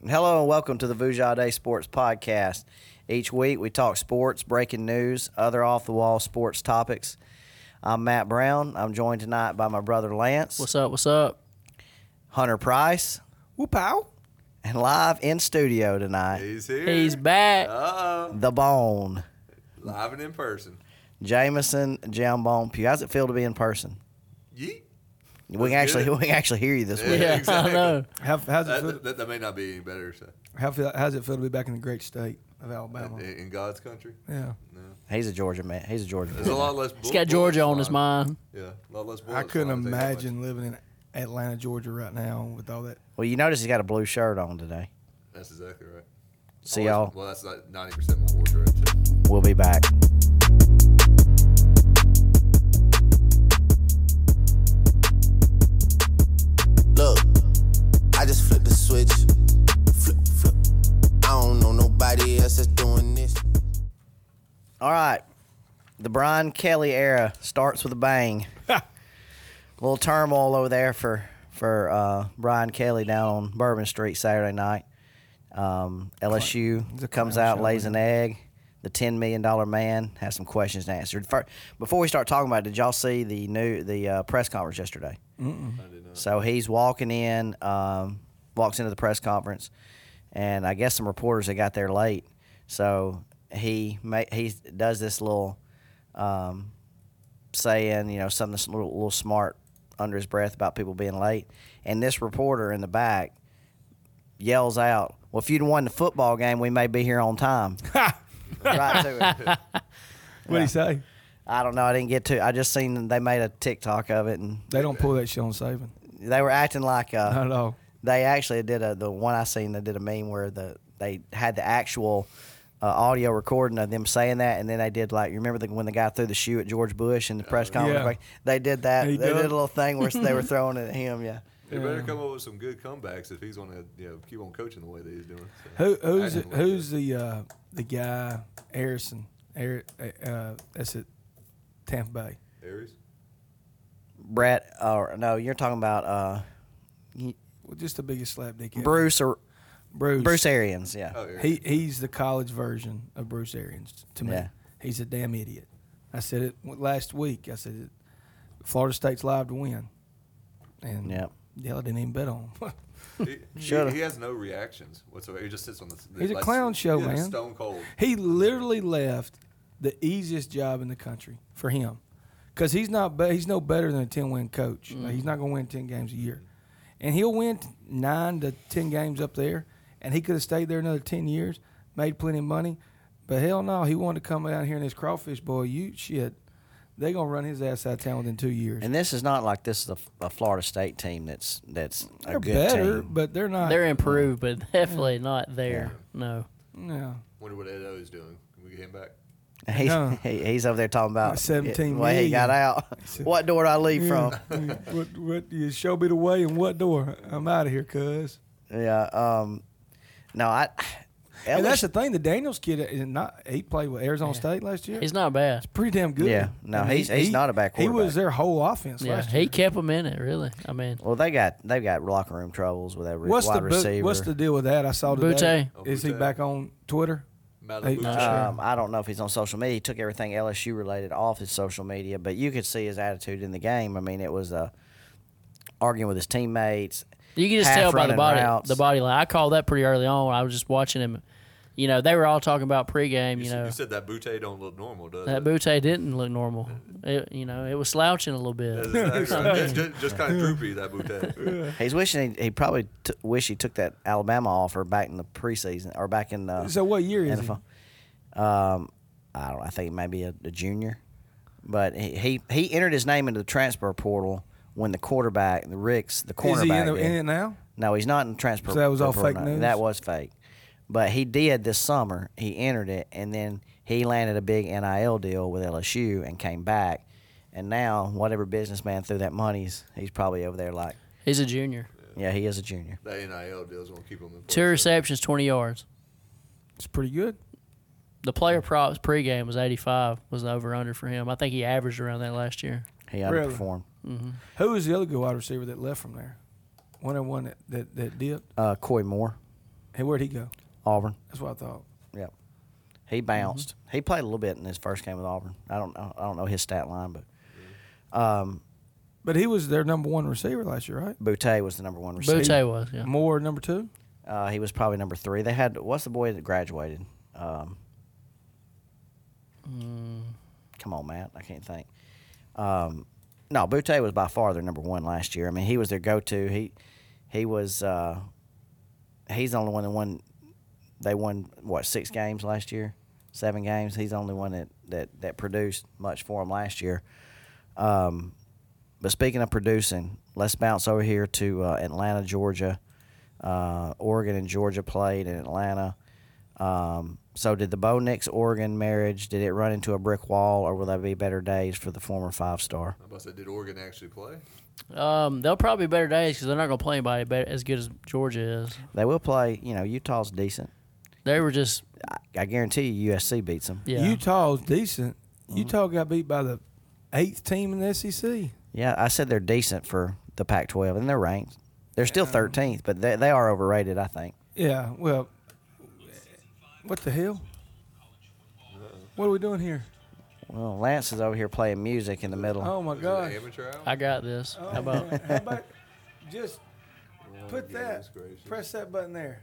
And Hello and welcome to the Vujade Sports Podcast. Each week we talk sports, breaking news, other off the wall sports topics. I'm Matt Brown. I'm joined tonight by my brother Lance, What's up? What's up? Hunter Price, Whoopow. and live in studio tonight, He's here. He's back. Uh, The Bone, live and in person. Jameson Jambone Pugh. How's it feel to be in person? Yeet. We can That's actually good. we can actually hear you this week. yeah, exactly. I know. How, how's it feel, That, that, that may not be any better. So, how feel, how's it feel to be back in the great state of Alabama? in, in God's country, Yeah. He's a Georgia man. He's a Georgia there's a man. lot less. He's got Georgia on his mind. Yeah, a lot less. I bullets couldn't on it, I think, imagine living in Atlanta, Georgia right now with all that. Well, you notice he's got a blue shirt on today. That's exactly right. See Well, y'all. that's- Well, that's like ninety percent of my wardrobe. Too. We'll be back. Look, I just flipped the switch. Flip, flip. I don't know nobody else that's doing this. All right. The Brian Kelly era starts with a bang. a little turmoil over there for for uh, Brian Kelly down on Bourbon Street Saturday night. Um, LSU a comes clown out, show, lays an egg. The ten million dollar man has some questions answered. First, before we start talking about, it, did y'all see the new the uh, press conference yesterday? I did not. So he's walking in, um, walks into the press conference, and I guess some reporters had got there late. So he ma- he does this little um, saying, you know, something that's a little, little smart under his breath about people being late. And this reporter in the back yells out, "Well, if you'd won the football game, we may be here on time." right to him. What'd he say? I don't know. I didn't get to. I just seen they made a TikTok of it, and They don't pull that shit on saving. they were acting like uh, Not at all. they actually did a the one I seen they did a meme where the they had the actual uh, audio recording of them saying that, and then they did like you remember the, when the guy threw the shoe at George Bush in the press conference? Uh, Yeah. Like, they did that. He they done? did a little thing where they were throwing it at him. Yeah, He better come up with some good comebacks if he's going to you know, keep on coaching the way that he's doing. So. Who, who's I didn't like who's the uh, the guy? Harrison. Air, uh, that's at Tampa Bay. Aries? Brett. Or no, you're talking about uh, Well, just the biggest slap dick. ever. Bruce or Bruce. Bruce Arians. Yeah. Oh, Aries. He he's the college version of Bruce Arians to me. Yeah. He's a damn idiot. I said it w- last week. I said it. Florida State's live to win, and Yep. y'all didn't even bet on him. He, Should've. he, he has no reactions whatsoever. He just sits on the. the He's a clown show, yeah, man. Stone cold. he literally left the easiest job in the country for him, because he's not be- he's no better than a ten win coach. Like, he's not going to win ten games a year, and he'll win t- nine to ten games up there, and he could have stayed there another ten years, made plenty of money, but hell no, he wanted to come down here in this crawfish boy. You shit, they gonna run his ass out of town within two years. And this is not like this is a, a Florida State team that's that's they're a good better, team. but they're not. They're improved, but definitely not there. No. no. Wonder what Ed O is doing. Can we get him back? He's, No. he, he's over there talking about 17 way he got million. out. what door do I leave from? what, what you show me the way and what door? I'm out of here, cuz. Yeah. Um, no, I. And that's the thing. The Daniels kid is not. He played with Arizona State last year. He's not bad. pretty damn good. Yeah. No, he's- he's not a bad He quarterback. was their whole offense Yeah, last he year. kept him in it, really. I mean, well, they got they've got locker room troubles with that re- What's wide the bo- receiver. what's the deal with that? I saw today. Butte. Is he Butte. back on Twitter? Malibu. Nah. Jack. um, I don't know if he's on social media. He took everything LSU related off his social media, but you could see his attitude in the game. I mean, it was uh, arguing with his teammates. you can just half tell by the running body, routes. the body line. I called that pretty early on when I was just watching him. You know, they were all talking about pregame. You, You said, know, you said that Butte don't look normal, does that it? Butte didn't look normal. It, you know, it was slouching a little bit. That's exactly right. just, kind of droopy that Butte. He's wishing he, he probably t- wish he took that Alabama offer back in the preseason or back in the So what year is he? NFL. Um, I don't. I think maybe a, a junior, but he, he he entered his name into the transfer portal when the quarterback, the Ricks, the cornerback. Is he in, the, did. in it now? No, he's not in the transfer. So that was all portal, fake no. news? That was fake, but he did this summer. He entered it, and then he landed a big NIL deal with LSU and came back. And now, whatever businessman threw that money, he's, he's probably over there like, He's a junior. yeah, he is a junior. that NIL deal's gonna keep him in. Two receptions, twenty yards. It's pretty good. The player props pregame was eighty five. Was the over under for him? I think he averaged around that last year. He Really? underperformed. Who was the other good wide receiver that left from there? One and one that that, that dipped. Uh, Coy Moore. Hey, where'd he go? Auburn. That's what I thought. Yep. He bounced. He played a little bit in his first game with Auburn. I don't know. I don't know his stat line, but um, But he was their number one receiver last year, right? Boutte was the number one receiver. Butte was, yeah. Moore number two. Uh, he was probably number three. They had what's the boy that graduated? Um, Come on, Matt. I can't think. Um, no, Boutte was by far their number one last year. I mean, he was their go-to. He he was. Uh, he's the only one that won. They won what six games last year, seven games. He's the only one that that that produced much for him last year. Um, but speaking of producing, let's bounce over here to uh, Atlanta, Georgia. Uh, Oregon and Georgia played in Atlanta. Um, so did the Bo Nix Oregon marriage? Did it run into a brick wall, or will that be better days for the former five star? I about to say, did Oregon actually Oh, play? Um, they'll probably be better days because they're not gonna play anybody better, as good as Georgia is. They will play. You know, Utah's decent. They were just I, I guarantee you, USC beats them. yeah. Utah's decent. Mm-hmm. Utah got beat by the eighth team in the E SEC. Yeah, I said they're decent for the Pac-12, and they're ranked. They're still 13th, but they, they are overrated. I think. Yeah. Well, what the hell? What are we doing here? Well, Lance is over here playing music in the middle. Oh my Was gosh. Oh, it an amateur hour? I got this. How about How about just Oh, put goodness that, gracious. press that button there,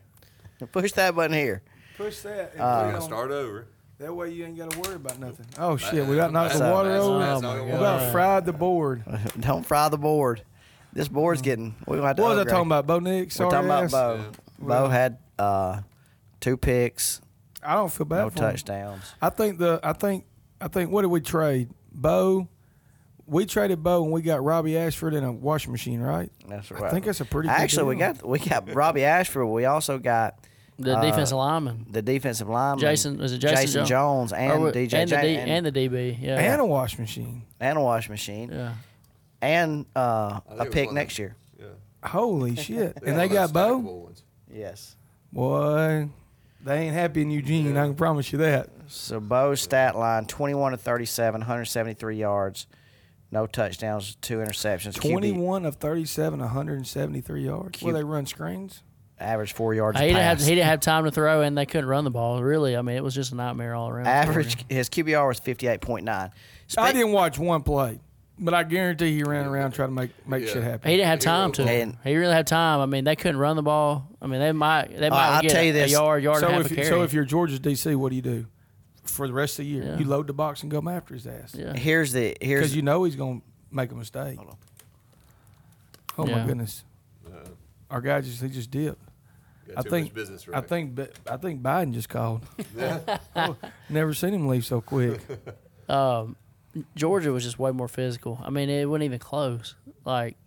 Push that button here. push that. We and Uh, put it gotta on. start over. That way you ain't got to worry about nothing. Oh shit, we got knocked the That's- water that's- over. that's We not gonna about work. fried the board. Don't fry the board. This board's getting. We might have to Mm. What was I upgrade. talking about? Bo Nix. We're talking about ass? Bo. Bo Yeah. had uh, two picks, I don't feel bad no for him. touchdowns. I think the I think I think what did we trade? Bo. We traded Bo and we got Robbie Ashford and a washing machine, right? That's I think that's a pretty. good Actually, we deal. got we got Robbie Ashford. We also got the Uh, defensive lineman? the defensive lineman Jason was it Jason, Jo- Jones and or, DJ and the, Jane- D, and, and the DB? Yeah, and a washing machine. and a wash machine yeah. and uh, I think a it was pick one of next them. year. Yeah. Holy shit! and had they one of those got Bo. stackable ones. Yes. Boy, they ain't happy in Eugene. I can promise you that. So Bo's stat line: twenty-one to thirty-seven, 173 yards, no touchdowns, two interceptions, QB, Twenty-one of thirty-seven, one hundred and seventy-three yards. Well, they run screens. average four yards. He a didn't, have, pass. he didn't have time to throw, and they couldn't run the ball. Really, I mean, it was just a nightmare all around. for him. average. His QBR was fifty-eight point nine. I didn't watch one play, but I guarantee he ran around trying to make make Yeah. shit happen. He didn't have time to. And- he really had time. I mean, they couldn't run the ball. I mean, they might. They might Uh, I'll get tell you a, this. a yard, yard so and a half if a you, carry. so if you're Georgia's DC, what do you do for the rest of the year? Yeah. You load the box and go after his ass yeah. Here's the here's because you know he's gonna make a mistake. on. Oh Yeah. my goodness, Uh, our guy just he just dipped. got I too think much business I right. think Bi- I think Biden just called. Oh, never seen him leave so quick. um, Georgia was just way more physical. I mean, it wasn't even close. Like,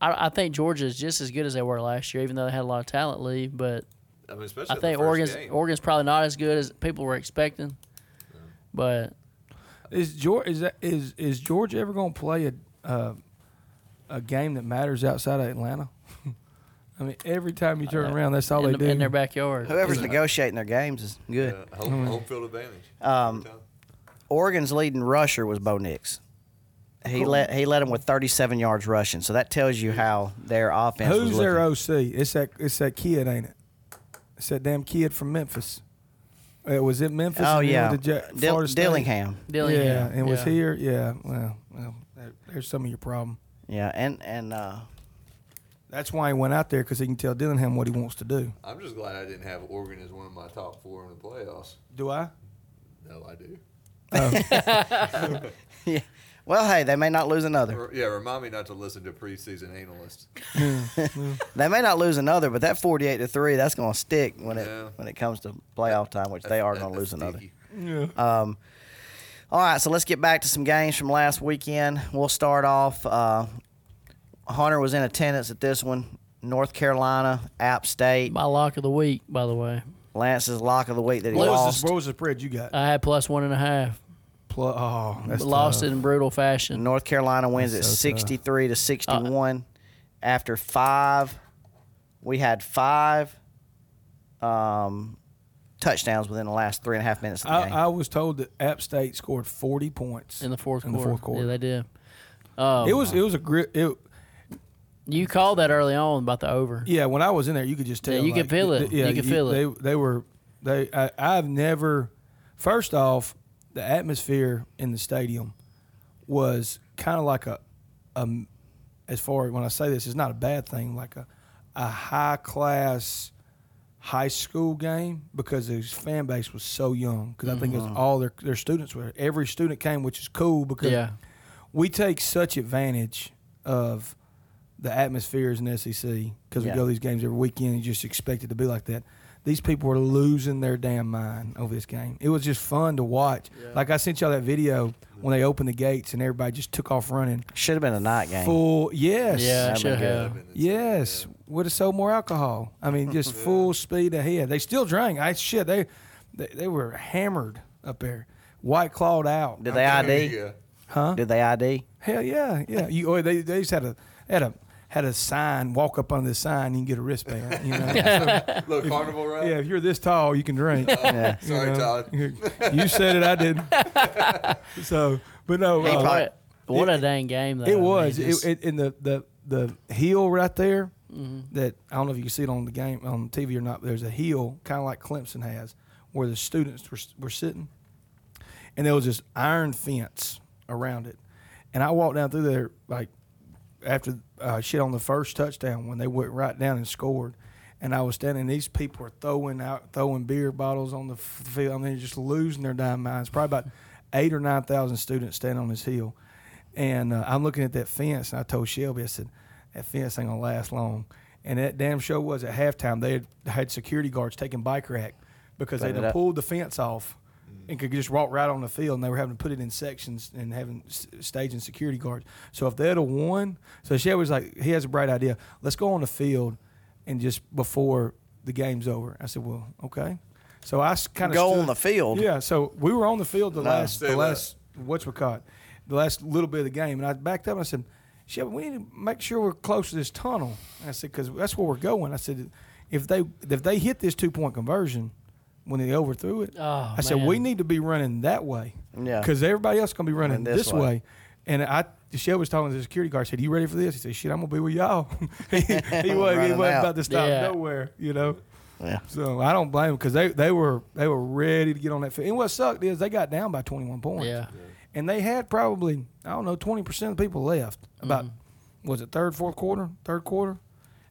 I, I think Georgia is just as good as they were last year, even though they had a lot of talent leave. But I mean, especially I the think first Oregon's game. Oregon's probably not as good as people were expecting. But Is Georgia is that, is is Georgia ever going to play a uh, a game that matters outside of Atlanta? I mean, every time you turn around, that's all Uh, in, they the- do. in their backyard, Whoever's negotiating their games is good. Yeah, Mm-hmm. home, home field advantage. Um, Oregon's leading rusher was Bo Nix. He let he led him with 37 yards rushing. So that tells you how their offense. was Who's looking. their OC? It's that it's that kid, ain't it? It's that damn kid from Memphis. Uh, was it Memphis? Oh and then yeah, went to Ja- Dill- Florida State? Dillingham. Dillingham, Yeah, and was yeah. here. Yeah, well, well there, there's some of your problem. Yeah, and and uh, That's why he went out there because he can tell Dillingham what he wants to do. I'm just glad I didn't have Oregon as one of my top four in the playoffs. Do I? No, I do. yeah. Well, hey, they may not lose another. Or- yeah, remind me not to listen to preseason analysts. They may not lose another, but that 48 to three, that's going to stick when it Yeah. when it comes to playoff time, which they are going to lose another. Sticky. Yeah. Um, all right, so let's get back to some games from last weekend. We'll start off. Uh, Hunter was in attendance at this one. North Carolina, App State. My lock of the week, by the way, Lance's lock of the week that he what, was lost. the, what was the spread you got? I had plus one and a half. Pl- oh, that's uh, lost tough. it in brutal fashion. North Carolina wins at That's so tough. 63 to 61. After five, we had five um, touchdowns within the last three and a half minutes of the game. I, I was told that App State scored 40 points in the fourth in the quarter. fourth quarter. Yeah, they did. Um, it was it was a gri- it You called that early on about the over. Yeah, when I was in there, you could just tell. Yeah, you could like, feel th- it. th- yeah, You could feel it. They, they were. They. I, I've never. First off, the atmosphere in the stadium was kind of like a, um, as far as when I say this, it's not a bad thing. Like a, a high class, high school game because his fan base was so young. Because I think Mm-hmm. it was all their their students were. Every student came, which is cool because Yeah. we take such advantage of the atmospheres in the SEC because Yeah. we go to these games every weekend and just expect it to be like that. These people were losing their damn mind over this game. It was just fun to watch. Like I sent y'all that video when they opened the gates and everybody just took off running. Should have been a night game. Full yes. Yeah, I That'd should be good. have. Yes, would have sold more alcohol. I mean, just full speed ahead. They still drank. I shit. They, they they were hammered up there, white clawed out. Did they ID? Yeah. Huh? Did they ID? Hell yeah, yeah. You or they they just had a had a had a sign. Walk up on this sign, you can get a wristband. You know. yeah, Little carnival ride. if you're this tall, you can drink. Yeah. you Sorry, know. Todd. you said it, I didn't. so, but no, Hey, uh, what, Oh, what a dang game though. I it mean, was just- it, it in the the the heel right there. Mm-hmm. That I don't know if you can see it on the game on TV or not. But there's a heel kind of like Clemson has, where the students were were sitting, and there was this iron fence around it, and I walked down through there like after uh, shit on the first touchdown when they went right down and scored. And I was standing. These people were throwing out, throwing beer bottles on the f- field. I mean, just losing their damn minds. Probably about eight or nine thousand students standing on this hill. And uh, I'm looking at that fence, and I told Shelby, I said, "That fence ain't gonna last long." And that damn show was at halftime. They had, had security guards taking bike rack because they Cutting it done up. pulled the fence off and could just walk right on the field. And they were having to put it in sections and having s- stage and security guards. So if they'd have won, so Shelby was like, "He has a bright idea. Let's go on the field and just before the game's over." I said, "Well, okay." So I kind of Go on the field? Yeah. So we were on the field the last say the that. last what's we caught the last little bit of the game, and I backed up and I said, "Shelby, we need to make sure we're close to this tunnel." And I said, "Because that's where we're going." I said, "If they if they hit this two point conversion when they overthrew it, Oh, I said we man. need to be running that way, Yeah. because everybody else gonna be running And this, this way. way. And I, Shelby was talking to the security guard. I Said, "You ready for this?" He said, "Shit, I'm gonna be with y'all." he, he wasn't, he Running wasn't out. about to stop Yeah. nowhere, you know. Yeah. So I don't blame them because they, they were they were ready to get on that field. And what sucked is they got down by 21 points. Yeah. And they had probably I don't know 20 percent of the people left. About Mm-hmm. was it third, fourth quarter, third quarter,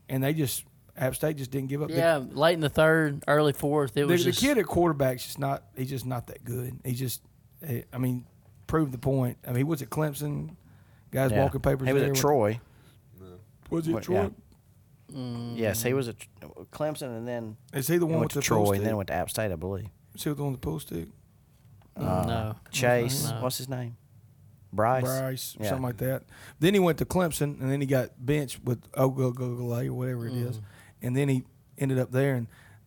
and they just App State just didn't give up. Yeah, late in the third, early fourth, it The, the, was the just kid at quarterback's just not he's just not that good. He just eh, I mean proved the point. I mean he was at Clemson. Guys Yeah. walking papers. He was there. at Troy. Was he at What- Troy? Yes, he was at Clemson and then Is he the he one went with to the Troy pool stick? and then went to App State, I believe. Uh, Is he the one with the pool stick? Mm, no. Mm-hmm. Chase, No. what's his name? Bryce. Bryce, Yeah. something like that. Then he went to Clemson, and then he got benched with Ogogogole or whatever it Mm. is, and then he ended up there. And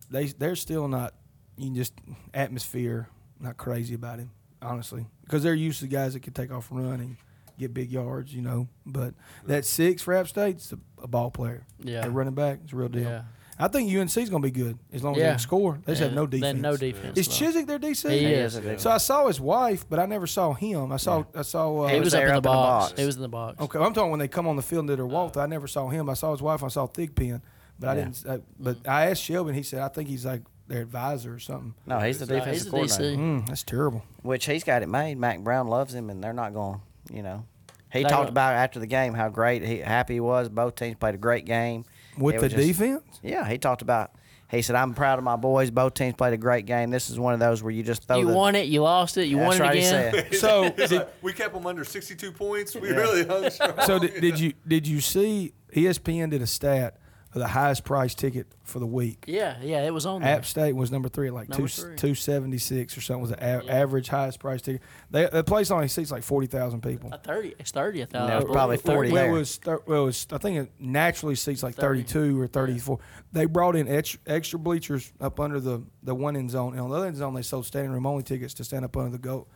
they they're still not you can just atmosphere not crazy about him honestly because they're used to guys that can take off and run and get big yards, you know. But that six for App State's a, a ball player. Yeah. a running back, it's a real deal. Yeah. I think UNC's gonna be good as long as they Yeah. can score. They just have no They defense. had no defense, Is no. Chiswick their DC? He He is. is a dude. So I saw his wife, but I never saw him. I saw I saw. Uh, It was there up in up in the the box. box. It was in the box. Okay, I'm talking when they come on the field and did their walk. I never saw him. I saw his wife. I saw Thigpen, but I Yeah. didn't. I, but I asked Shelby, and he said I think he's like their advisor or something. No, he's the No, he's defensive the DC. coordinator. Mm, that's terrible. Which he's got it made. Mac Brown loves him and they're not going to, you know. He They talked don't- about after the game how great he happy he was. Both teams played a great game. With It the was just- defense, Yeah, he talked about he said, I'm proud of my boys. Both teams played a great game. This is one of those where you just throw You the won it. You lost it. You That's won it right, he again. said. So, It's did- like, we kept them under 62 points. We really hung strong. so did, did you did you see E ESPN did a stat of the highest price ticket for the week? yeah, yeah, it was on there. App State was number three, at like two Number three. two seventy six or something was the a- average highest price ticket. They, the place only seats like forty thousand people. A Uh, thirty. It's thirty. I thought. No, I it's believe. probably 40 Well, there. it was, thir- well, it was, I think it naturally seats like 30. 32 or 34. They brought in ex- extra bleachers up under the, the one end zone. And on the other end zone, they sold standing room only tickets to stand up under the go,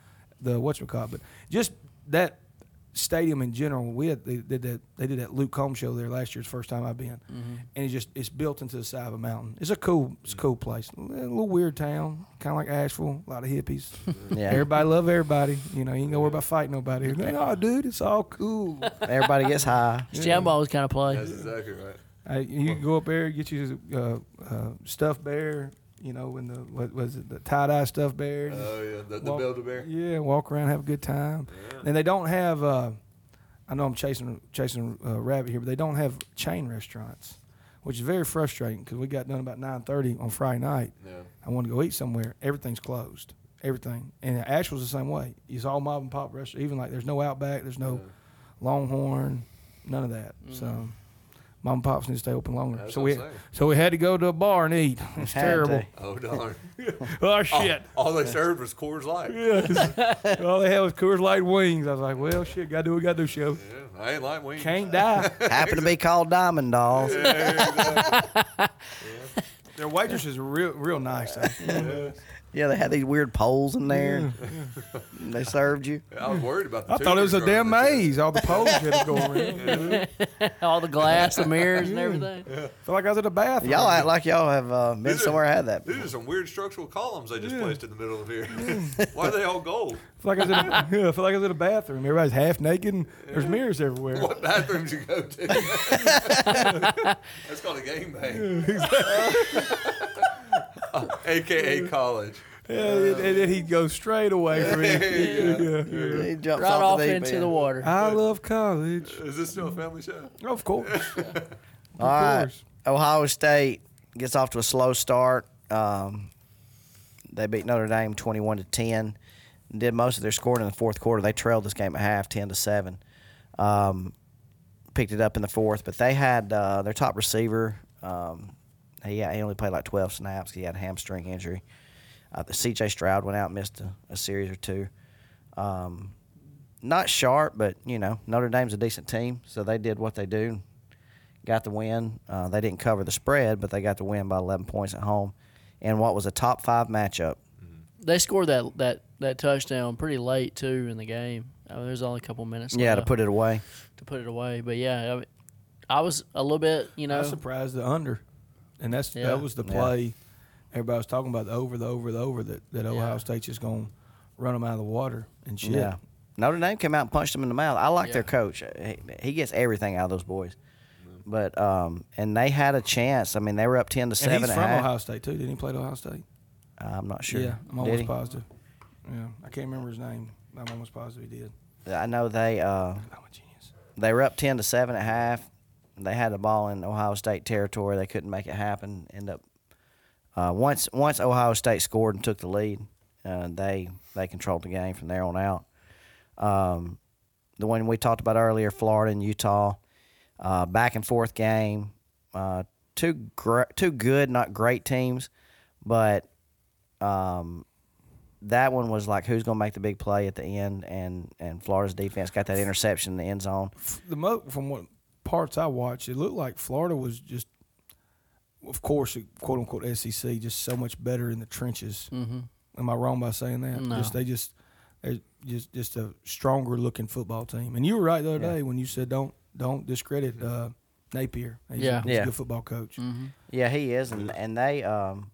the whatchamacallit. But just that stadium in general. We had, they did that they did that Luke Combs show there last year. It's the first time I've been, Mm-hmm. and it's just it's built into the side of a mountain. It's a cool it's a cool place. A little weird town, kind of like Asheville. A lot of hippies. Yeah. Everybody love everybody. You know, you ain't gonna worry about fighting nobody. Here. No, dude, it's all cool. Everybody gets high. It's jam balls kind of play. That's exactly right. I, you can go up there, get you uh, uh, stuffed bear. You know, in the what was it the tie dye stuffed bear? just Oh yeah, the, the walk- Build-A-Bear. Yeah, walk around, have a good time. And they don't have. Uh, I know I'm chasing chasing a rabbit here, but they don't have chain restaurants, which is very frustrating because we got done about nine thirty on Friday night. Yeah. I wanted to go eat somewhere. Everything's closed. Everything. And Asheville's the same way. It's all mob and pop restaurants. Even like there's no Outback, there's no Longhorn, none of that. So mom and pops need to stay open longer. That's so what we I'm saying. so we had to go to a bar and eat. It's Had terrible. to. Oh darn. Oh shit. All they served was Coors Light. Yeah. all they had was Coors Light wings. I was like, well shit, gotta do what gotta do, show. I ain't like wings. Can't die. Happen to be called Diamond Dolls. Their waitress is real real nice. though. Yeah, they had these weird poles in there. And they served you. I was worried about. The I thought it was a tumors growing damn in the chest. maze. All the poles had to go around. All the glass, the mirrors, and everything. Felt like I was at a bathroom. Y'all act like y'all have uh, been These are- somewhere and had that. These are some weird structural columns they just placed in the middle of here. Why are they all gold? Feel like I was in a, yeah, I feel like I was in a bathroom. Everybody's half naked. and There's mirrors everywhere. What bathrooms you go to? That's called a game bang. AKA college. Yeah, and, and then he'd go straight away from it. Yeah, yeah. He jumps Right off, off the deep into end. the water. I love college. Is this still a family show? Of course. All right. course. Ohio State gets off to a slow start. Um, they beat Notre Dame twenty-one to ten. Did most of their scoring in the fourth quarter. They trailed this game at half, ten to seven. Um, picked it up in the fourth, but they had uh, their top receiver. Um, he, he only played like twelve snaps. He had a hamstring injury. Uh, C.J. Stroud went out, and missed a, a series or two. Um, not sharp, but you know Notre Dame's a decent team, so they did what they do got the win. Uh, they didn't cover the spread, but they got the win by 11 points at home. And what was a top five matchup? They scored that, that, that touchdown pretty late, too, in the game. I mean, there's only a couple minutes Yeah, to left put it away. to put it away. But yeah, I, mean, I was a little bit, you I know. was surprised the under, and that's Yeah. that was the Yeah. play. Everybody was talking about the over, the over, the over. That that Ohio Yeah. State's just gonna run them out of the water and shit. Yeah. Notre Dame came out and punched them in the mouth. I like their Yeah. coach. He, he gets everything out of those boys. But um, and they had a chance. I mean, they were up ten to And seven. he's at from half. Ohio State too. Didn't he play at Ohio State? I'm not sure. Yeah, I'm Did almost he? positive. Yeah, I can't remember his name. I'm almost positive he did. I know they uh, I'm a genius. they were up ten to seven at half. They had the ball in Ohio State territory. They couldn't make it happen. End up uh, once once Ohio State scored and took the lead, uh, they they controlled the game from there on out. Um, the one we talked about earlier, Florida and Utah, uh, back and forth game. Uh, two gr- two good, not great teams, but um, that one was like who's going to make the big play at the end, and and Florida's defense got that interception in the end zone. f- the mo- from what parts I watched, it looked like Florida was just, of course, quote unquote SEC, just so much better in the trenches. Mm-hmm. Am I wrong by saying that? No. Just, they just, they're just just a stronger looking football team. And you were right the other Yeah. day when you said don't don't discredit uh, Napier. He's, Yeah. Mm-hmm. a, he's Yeah. a good football coach. Yeah, he is, and and they um.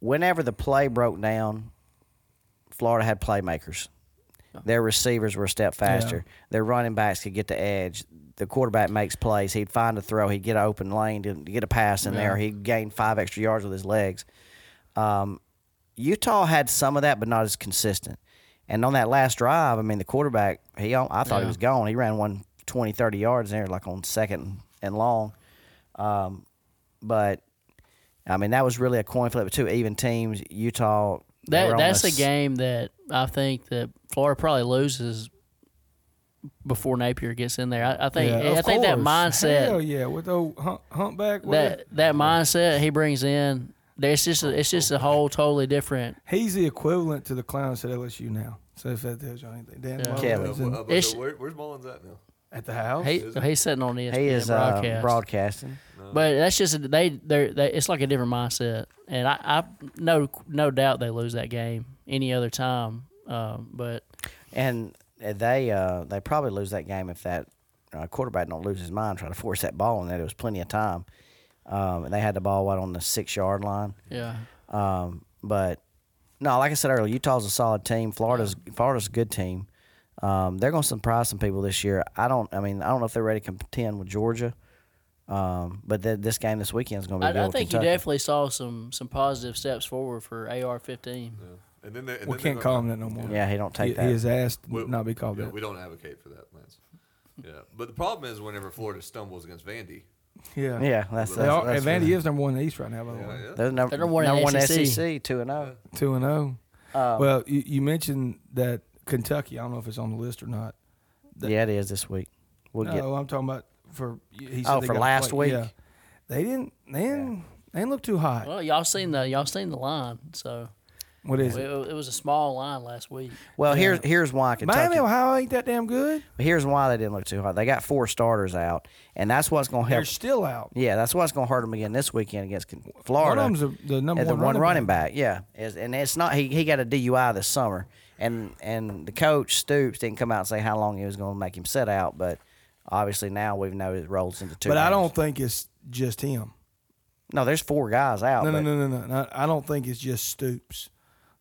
Whenever the play broke down, Florida had playmakers. Their receivers were a step faster. Their running backs could get the edge. The quarterback makes plays. He'd find a throw. He'd get an open lane to get a pass in there. He'd gain five extra yards with his legs. Um, Utah had some of that, but not as consistent. And on that last drive, I mean, the quarterback, he al- I thought he Yeah. was gone. He ran one 20, 30 yards there, like on second and long. Um, but I mean, that was really a coin flip. with Two even teams, Utah. they were That on that's the the game that I think that Florida probably loses before Napier gets in there. I, I think I of think that course. Hell mindset yeah, with the old hump, humpback. that that mindset he brings in, there's just a, it's just a whole totally different. he's the equivalent to the clowns at LSU now. So if that tells you anything, Dan Yeah. Mullen Kelly. uh, is in- Uh, but It's- where, where's Mullins at now? at the house. He he's sitting on E ESPN He is uh, broadcast, broadcasting. but that's just a- they they they it's like a different mindset, and I, I no no doubt they lose that game any other time, um, but And they uh, they probably lose that game if that uh, quarterback don't lose his mind trying to force that ball in there. There was plenty of time, um, and they had the ball out on the six yard line. Yeah. Um, but no, like I said earlier, Utah's a solid team. Florida's Florida's a good team. Um, they're going to surprise some people this year. I don't. I mean, I don't know if they're ready to contend with Georgia. Um, but th- this game this weekend is going to be. I, a good I with think you Kentucky. definitely saw some some positive steps forward for AR-15. Yeah. And then they, and then they're We can't gonna- call him that no more. Yeah, he don't he, take that. he is asked We- not be called yeah, that. We don't advocate for that, Lance. Yeah, but the problem is whenever Florida stumbles against Vandy, Yeah, Yeah, that's They that's. are, that's and Vandy is number one in the East right now, by the yeah, way. yeah. They're number, They're number one in E number one SEC. SEC two and oh. zero. Two and zero. Um, Well, you, you mentioned that Kentucky. I don't know if it's on the list or not. that- Oh, yeah, it is this week. We'll no, get. I'm talking about for. He said Oh, they for gotta last play. week? Yeah. They didn't. They didn't. They didn't look too hot. Well, y'all seen the y'all seen the line, so What it, is it? it was a small line last week. Well, here's here's why Kentucky. Miami, Ohio ain't that damn good. Here's why they didn't look too hot. They got four starters out, and that's what's going to They're help. still out. Yeah, that's what's going to hurt them again this weekend against Con- One Florida. of them's the, the number at the one, running, back. back. Yeah, Is- and it's not he, he got a DUI this summer, and and the coach Stoops didn't come out and say how long he was going to make him sit out, but obviously now we know it rolls into two. But I games. don't think it's just him. No, there's four guys out. No, no, but- no, no, no, no. I don't think it's just Stoops.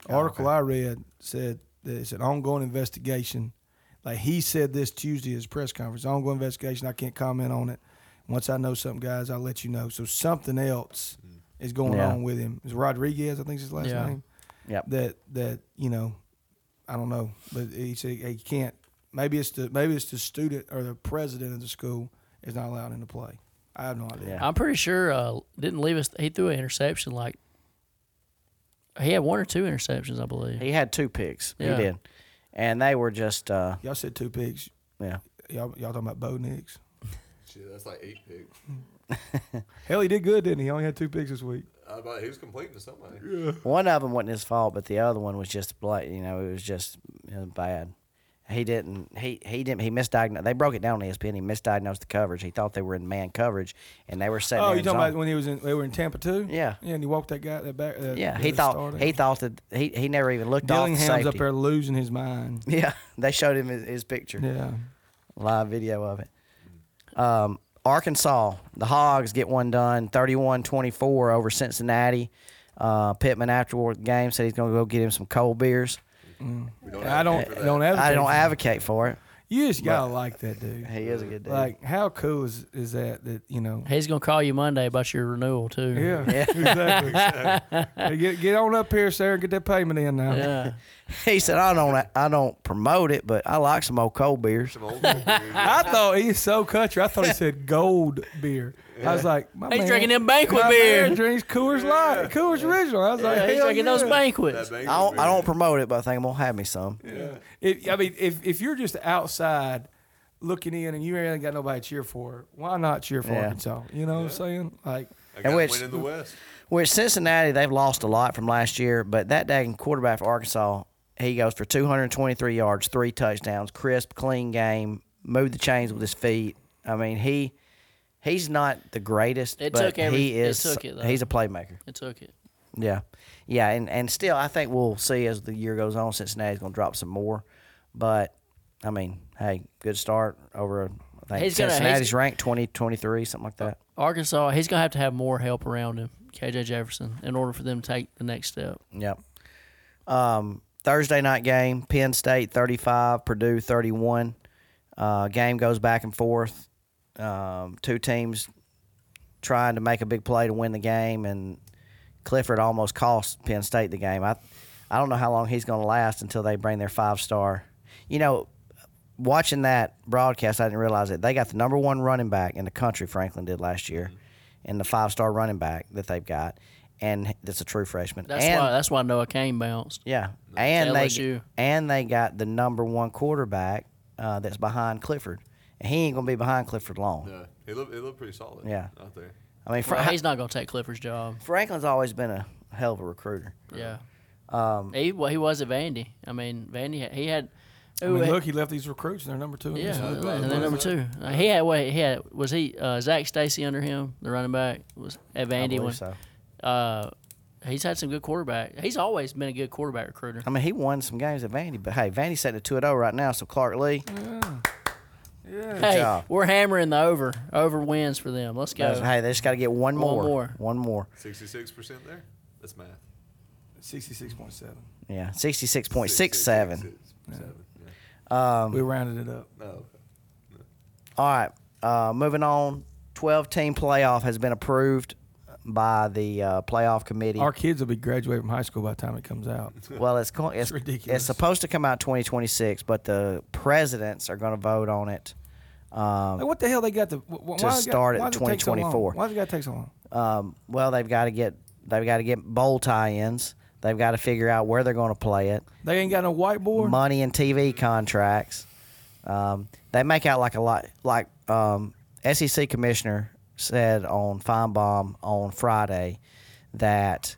Oh, Article I read said that it's an ongoing investigation. Like he said this Tuesday at his press conference, ongoing investigation. I can't comment on it. Once I know something, guys, I'll let you know. So something else is going Mm. Yeah. on with him. Is Rodriguez? I think is his last Yeah. name. Yep. That that you know, I don't know, but he said he can't. Maybe it's the maybe it's the student or the president of the school is not allowed in to play. I have no idea. Yeah. I'm pretty sure uh, didn't leave us. He threw an interception. Like he had one or two interceptions, I believe. He had two picks. Yeah. He did, and they were just uh, Y'all said two pigs. yeah. Y'all y'all talking about Bo Nix? Shit, that's like eight picks. Hell, he did good, didn't he? He only had two picks this week. I thought Uh, he was complaining to somebody. One of them wasn't his fault, but the other one was just blat You know, it was just you know, bad. He didn't. He he didn't. He misdiagnosed. They broke it down on E ESPN. He misdiagnosed the coverage. He thought they were in man coverage, and they were setting. oh, there you in talking zone. about when he was in? They were in Tampa too. Yeah. Yeah, and he walked that guy that back. That, Yeah, that he thought started. he thought that he, he never even looked off the Dillingham's safety. up there losing his mind. Yeah, they showed him his, his picture, Yeah. live video of it. Um, Arkansas, the Hogs get one done, 31-24 over Cincinnati. Uh, Pittman afterward the game said he's going to go get him some cold beers. We don't I don't advocate for that. don't advocate I don't for- advocate for it. You just gotta like that dude. He is a good dude. Like, how cool is, is that? That you know. He's gonna call you Monday about your renewal too. Yeah, exactly. Hey, get get on up here, sir, and get that payment in now. Yeah. he said, I don't I don't promote it, but I like some old cold beers. Some old dude, yeah. I thought he's so country. I thought he said gold beer. I was like, my He's man- drinking them banquet my Man beers. drinks Coors Light, Coors Original. I was like, He's hell drinking yeah. those That banquets. I Bengals don't, I beer. don't promote it, but I think I'm gonna have me some. If I mean, if if you're just outside looking in and you ain't got nobody to cheer for, why not cheer for Yeah. Arkansas? You know what I'm saying? Like, I got which- win in the West. Which Cincinnati, they've lost a lot from last year, but that dagging quarterback for Arkansas, he goes for 223 yards, three touchdowns, crisp, clean game, moved the chains with his feet. I mean, he he's not the greatest, It but took every- he it is. took it, though. he's a playmaker. It took it. Yeah, yeah, and and still, I think we'll see as the year goes on. Cincinnati's going to drop some more, but I mean, hey, good start over. I think He's gonna- he's- Cincinnati's ranked 20, 23, something like that. Arkansas. He's gonna have to have more help around him, KJ Jefferson, in order for them to take the next step. Yep. Um, Thursday night game, Penn State 35, Purdue 31. Uh, game goes back and forth. Um, two teams trying to make a big play to win the game, and Clifford almost cost Penn State the game. I, I don't know how long he's going to last until they bring their five star. You know, watching that broadcast, I didn't realize it. They got the number one running back in the country, Franklin did last year, and the five star running back that they've got, and that's a true freshman. That's and, why. That's why Noah Kane bounced. yeah, and they LSU. and they got the number one quarterback uh, that's behind Clifford. And he ain't gonna be behind Clifford long. Yeah, he looked he looked pretty solid. Yeah. out there. I mean, Fra- Well, he's not gonna take Clifford's job. Franklin's always been a hell of a recruiter. Yeah. Um, he well, he was at Vandy. I mean, Vandy had- he had. I mean, look, he left these recruits and they're number two. in yeah, this league. and then number two, Uh, he had wait, he had was he uh, Zach Stacy under him, the running back was at I Vandy believe when so. uh, He's had some good quarterback. He's always been a good quarterback recruiter. I mean, he won some games at Vandy, but hey, Vandy's sitting at two and zero right now. So Clark Lee, Yeah. hey, job. we're hammering the over. Over wins for them. Let's go. hey, they just got to get one more, more. one more. Sixty-six percent there. That's math. 66.7. Yeah, sixty six point six seven. 66.7, yeah. Um, we rounded it up. Oh, okay. All right, uh, moving on. Twelve team playoff has been approved by the uh, playoff committee. Our kids will be graduating from high school by the time it comes out. Well, it's going. It's, ridiculous. It's supposed to come out 2026, but the presidents are going to vote on it. Um, Like, what the hell they got to, wh- wh- To why they got- start at why does it take so long? 2024. Why does it got to take so long? um, well, they've got to get they've got to get bowl tie-ins. They've got to figure out where they're going to play it. They ain't got no whiteboard? Money and TV contracts. Um, they make out like a lot. Like um, SEC commissioner said on Feinbaum on Friday that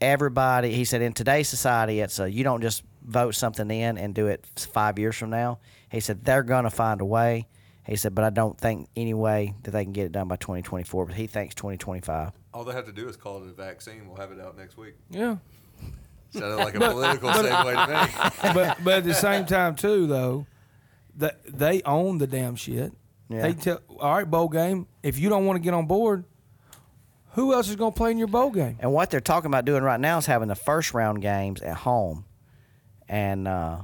everybody. He said in today's society, it's a, you don't just vote something in and do it five years from now. He said they're gonna find a way. He said, but I don't think any way that they can get it done by 2024. But he thinks 2025. All they have to do is call it a vaccine. We'll have it out next week. Yeah. Sounded like a political segue to me. but but at the same time too though, that they own the damn shit. Yeah. They tell all right bowl game. If you don't want to get on board, who else is gonna play in your bowl game? And what they're talking about doing right now is having the first round games at home. And uh,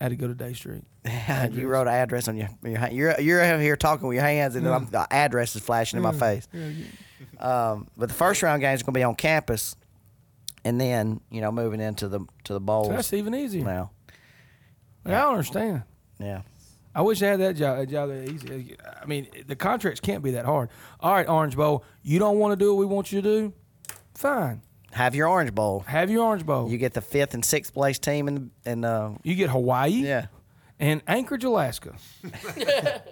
I had to go to Day Street. you wrote an address on your, your hand. you're you're out here talking with your hands, and then Mm. I'm, the address is flashing in my face. Um, but the first round games are going to be on campus, and then you know moving into the to the bowls So that's even easier. now. Like, I don't understand. Yeah, I wish I had that job. That job that easy. I mean, the contracts can't be that hard. All right, Orange Bowl, you don't want to do what we want you to do. Fine, have your Orange Bowl. have your Orange Bowl. You You, get the fifth and sixth place team in the, in uh, the get Hawaii yeah. and Anchorage, Alaska,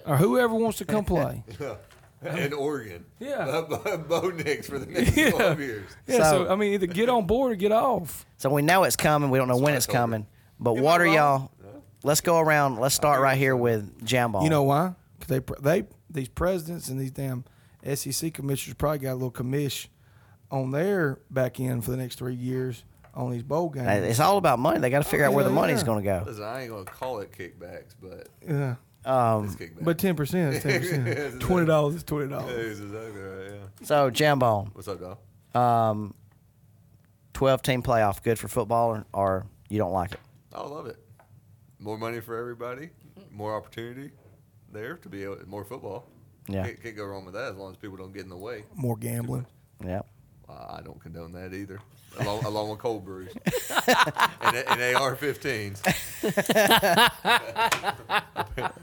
or whoever wants to come play. In Oregon. Yeah. Bo Nix for the next Yeah. 12 years. Yeah, so, So- I mean, either get on board or get off. So we know it's coming. We don't know when what I it's told her. coming. But Am I what are wrong? y'all? Let's go around. Let's start right here with Jambon. You know why? Because they pr- they these presidents and these damn SEC commissioners probably got a little commish on their back end for the next three years on these bowl games. Uh, it's all about money. They got to figure out where the Yeah, money's yeah. going to go. Listen, I ain't going to call it kickbacks, but yeah, Um, it's kickbacks. but ten percent is ten percent. Twenty dollars is twenty Yeah, dollars. he's exactly right, yeah. So Jambone, What's up, dog? um, twelve team playoff, good for football, or, or you don't like it? I love it. More money for everybody, more opportunity there to be able, more football. Yeah. Can't, can't go wrong with that as long as people don't get in the way. More gambling. Yeah. I I don't condone that either, along, along with cold brews and, and AR-15s.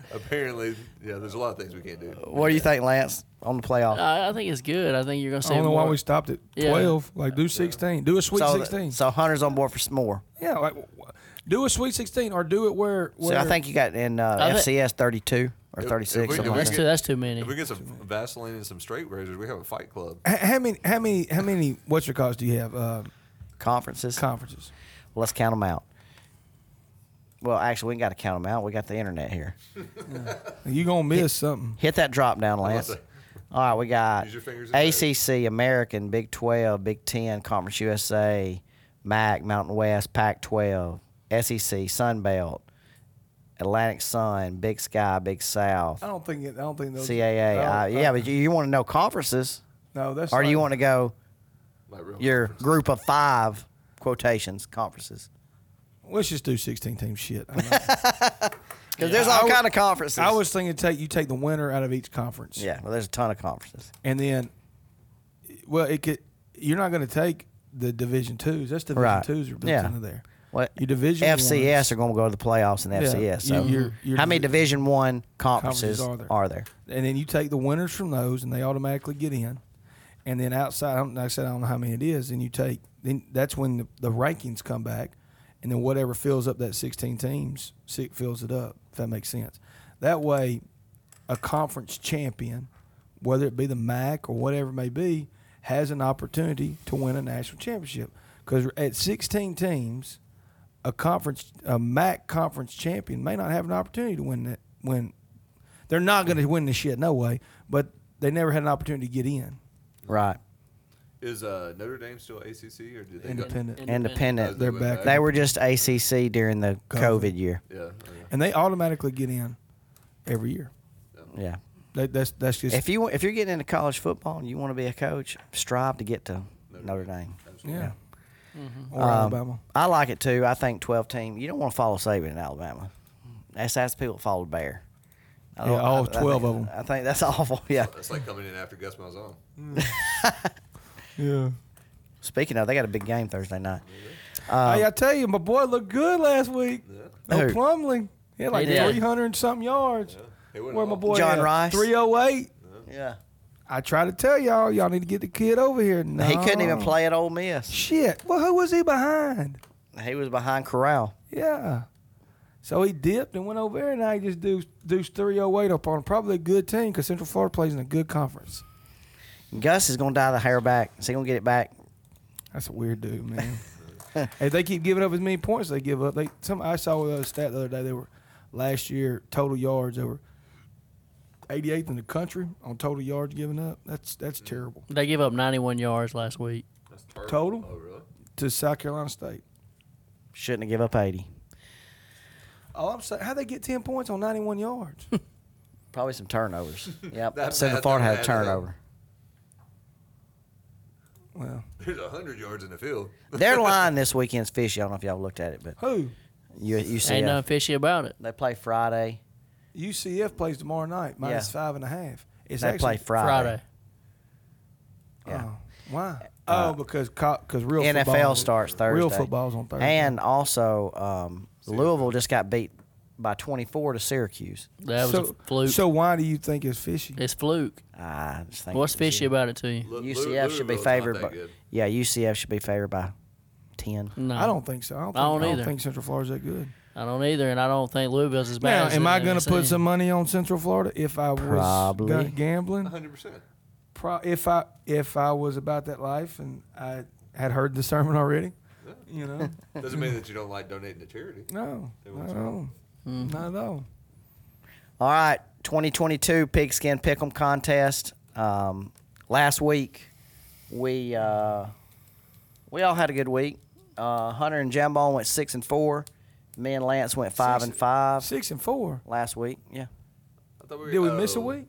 Apparently, yeah, there's a lot of things we can't do. What do you think, Lance, on the playoff? Uh, I, I think it's good. I think you're gonna I see. don't know why more- we stopped at Yeah. twelve. Like do sixteen. Do a sweet so, sixteen. so Hunter's on board for some more. yeah, like wh- do a sweet sixteen or do it where. So where I think you got in uh, I thi- FCS thirty two or If- thirty if six. we- something if we like That's that. get- too. That's too many. If we get some Vaseline and some straight razors, we have a fight club. H- how many how many how many what's your cost do you have uh, Conferences. conferences? Let's count them out. Well, actually, we ain't got to count them out. We got the internet here. You gonna miss something. Hit that drop down, Lance. that. All right, we got Use your fingers and ACC, American, Big 12, Big 10, Conference USA, MAC, Mountain West, Pac 12, SEC, Sun Belt, Atlantic Sun, Big Sky, Big South, I don't think it, I don't think those CAA. I Uh, don't- yeah, but you, you want to know conferences, no, that's or do you like- want to go Like real your conference. group of five quotations conferences? Let's just do sixteen team shit. I'm not- Because there's all I wa- kind of conferences. I was thinking take you take the winner out of each conference. yeah, well, there's a ton of conferences. And then, well, it could. You're not going to take the division twos. That's division Right. twos are built Yeah. into there. What Your division FCS ones- are going to go to the playoffs in the Yeah, FCS. So, you- your- your how many divi- Division One conferences, Conferences are there. Are there? and then you take the winners from those, and they automatically get in. And then outside, I don't- like I said I don't know how many it is. And you take then that's when the, the rankings come back, and then whatever fills up that 16 teams si- fills it up. If that makes sense. That way, a conference champion, whether it be the MAC or whatever it may be, has an opportunity to win a national championship. Because at 16 teams, a conference, a MAC conference champion may not have an opportunity to win that. Win, they're not going to win the shit, no way. But they never had an opportunity to get in. Right. Is uh, Notre Dame still ACC or did they? go- Oh, Independent. Independent. They're went back. They were just ACC during the COVID. COVID year. Yeah. okay. and they automatically get in every year. Yeah. That, that's that's just If you if you're getting into college football and you want to be a coach, strive to get to Notre Notre Dame. Dame. Absolutely. yeah. Mm-hmm. Or Um, Alabama. I like it too. I think twelve team. You don't want to follow Saban in Alabama. That's that's people that follow Bear. I Yeah, don't- all I- I 12 think- of 'em. I think that's awful. Yeah. That's like coming in after Gus Malzahn. Yeah. Speaking of, they got a big game Thursday night. um, hey, I tell you, my boy looked good last week. No Who? Plumley. He had like He did. 300 and something yards. He went Where my off. boy John at? Rice. 308. Yeah. I try to tell y'all, y'all need to get the kid over here. No. He couldn't Oh. even play at Ole Miss. Shit. Well, who was he behind? He was behind Corral. Yeah. So he dipped and went over there, and now he just do do 308 up on probably a good team because Central Florida plays in a good conference. Gus is gonna dye the hair back. Is he gonna get it back? That's a weird dude, man. if they keep giving up as many points, they give up. They some I saw a stat the other day. They were last year total yards over 88th in the country on total yards given up. That's that's Mm-hmm. terrible They gave up 91 yards last week. That's terrible. Total? Oh, really? to South Carolina State. Shouldn't have give up eighty. All I'm saying, how they get 10 points on 91 yards? Probably some turnovers. Yep. That Central math Florida had don't a add up. turnover. well, There's 100 yards in the field. Their line this weekend's fishy. I don't know if y'all looked at it, but who? you you see Ain't nothing fishy about it. they play Friday. UCF plays tomorrow night, minus Yeah. five and a half. It's They actually, play Friday. Friday. Yeah. Uh, Oh, why? oh, because because real NFL football, starts Thursday. Real football's on Thursday. And also, um, Louisville just got beat by 24 to Syracuse. That was so, a fluke. So why do you think it's fishy? it's fluke. Ah, I just think What's it was fishy it. about it to you? Lu- Lu- UCF should be Louisville's not favored, that by, good. yeah, UCF should be favored by 10. No, I don't think so. I don't think, I I don't don't either. think Central Florida's that good. I don't either, and I don't think Louisville's as bad. Now, as am it- I as going it's to put in. some money on Central Florida if I Probably. was gun- gambling? 100%. Pro- if I if I was about that life and I had heard the sermon already, you know, Doesn't mean that you don't like donating to charity. no, It was not at all, Hmm. not at all. All right, 2022 Pigskin Pick'em contest. Um, last week, we uh, we all had a good week. Uh, Hunter and Jambon went six and four. Me and Lance went five Six- and five Six and four. last week. Yeah, I thought we were, Did we miss a oh, week?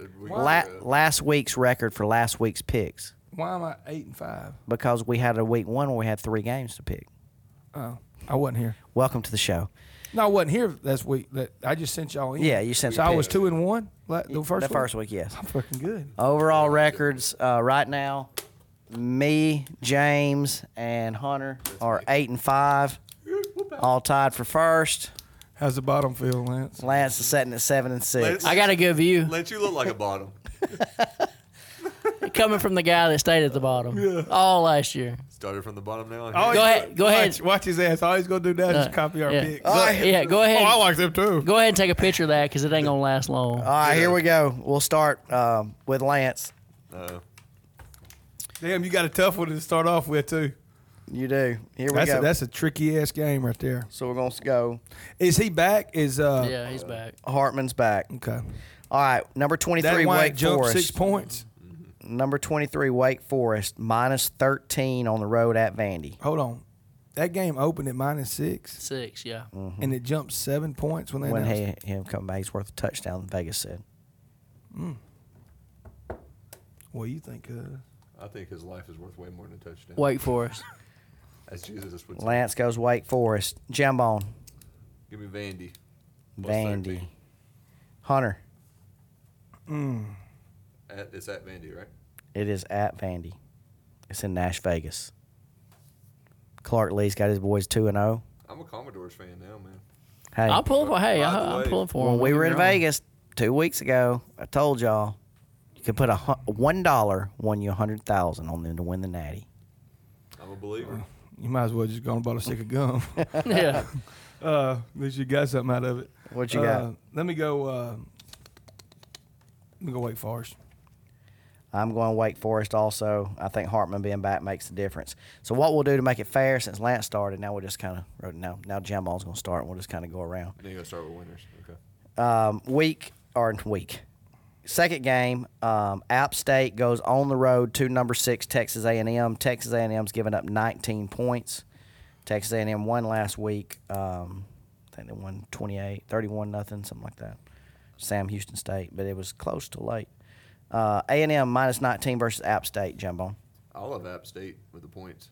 uh, we- La- uh, last week's record for last week's picks Why am I eight and five? because we had a week one where we had three games to pick. Oh, I wasn't here. Welcome to the show. No, I wasn't here last week. That I just sent y'all in. Yeah, you sent So the I was pick. two and one. la- The first. the first week, yes. I'm fucking good. Overall records uh, right now, me, James, and Hunter are eight and five, all tied for first. How's the bottom feel, Lance? Lance is sitting at seven and six. Lance- I got a good view Lance, you look like a bottom. coming from the guy that stayed at the bottom all last year. Started from the bottom now. Go ahead. Go ahead. Watch, watch his ass. All he's gonna do now is Uh, just copy our yeah. picks. Go- yeah, go ahead. Oh, I like them too. Go ahead and take a picture of that because it ain't gonna last long. Uh, All right, here we go. We'll start um, with Lance. Uh, Damn, you got a tough one to start off with too. You do. Here we That's go. a, that's a tricky ass game right there. so we're gonna go. Is he back? Is uh? yeah, he's back. Hartman's back. Okay. All right, number twenty-three That why it Wake jumped Forest. six points. number twenty-three Wake Forest minus thirteen on the road at Vandy. Hold on. That game opened at minus six, Six. Yeah. Mm. and it jumped seven points when they Mm-hmm. When announced it. he, him coming back, he's worth a touchdown. Vegas said. What do you think? Uh, I think his life is worth way more than a touchdown. Wake Forest. As Jesus would say. Lance goes Wake Forest. Jambone, Give me Vandy. Plus Vandy, 13. Hunter. At, it's at Vandy, right? It is at Vandy. It's in Nash Vegas. Clark Lee's got his boys two and zero. I'm a Commodores fan now, man. Hey, I'm pulling for. Hey, Ride the I, I'm wave. pulling for him. when we Don't were get in me wrong. Vegas two weeks ago, I told y'all you could put a hun- one dollar won you a hundred thousand on them to win the Natty. I'm a believer. you might as well just go and bought a stick of gum. yeah. Uh, at least you got something out of it. What you Uh, got? Let me go. Uh, let me go Wake Forest. I'm going Wake Forest also. I think Hartman being back makes the difference. So what we'll do to make it fair, since Lance started, now we'll just kind of wrote now now Jamball's going to start, and we'll just kind of go around. Then you gotta start with winners. Okay. Um, week or week second game, um, App State goes on the road to number six Texas A&M. Texas A&M's giving up 19 points. Texas A&M won last week. Um, I think they won 28, 31 nothing, something like that. Sam Houston State, but it was close to late. Uh, A&M minus 19 versus App State, Jumbo. I love App State with the points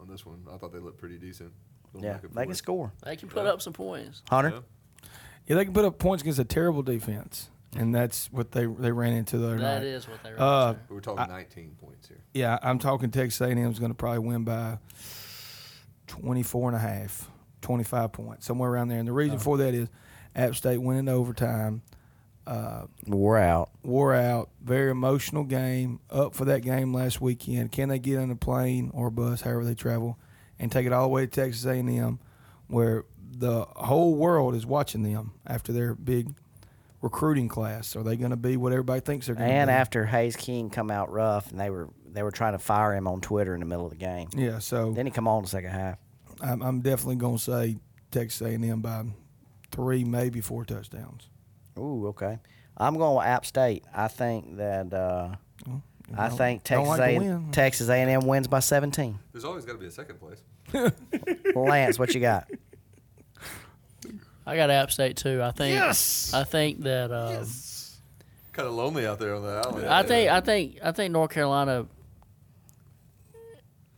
on this one. I thought they looked pretty decent. Going Yeah, back and they can forth. score. They can put up some points. Hunter? Yeah. Yeah, they can put up points against a terrible defense, and that's what they they ran into the other That night. is what they. Uh, Uh, We were talking 19 points here. Yeah, I'm talking Texas A&M is going to probably win by 24 and a half, 25 points, somewhere around there. And the reason Oh. for that is App State went into overtime, uh, We're out. wore out, very emotional game, up for that game last weekend. Can they get on a plane or bus, however they travel, and take it all the way to Texas A&M where the whole world is watching them after their big recruiting class? Are they going to be what everybody thinks they're going to be? And after Hayes King come out rough, and they were they were trying to fire him on Twitter in the middle of the game. Yeah, so Then he come on in the second half. I'm, I'm definitely going to say Texas A&M by three, maybe four touchdowns. Ooh, okay. I'm going with App State. I think that uh, I don't- think don't Texas like to A- win. Texas A&M wins by 17. There's always got to be a second place. Lance, what you got? I got App State too. I think. Yes! I think that. Uh, Kind of lonely out there on that island. I think. I think. I think North Carolina.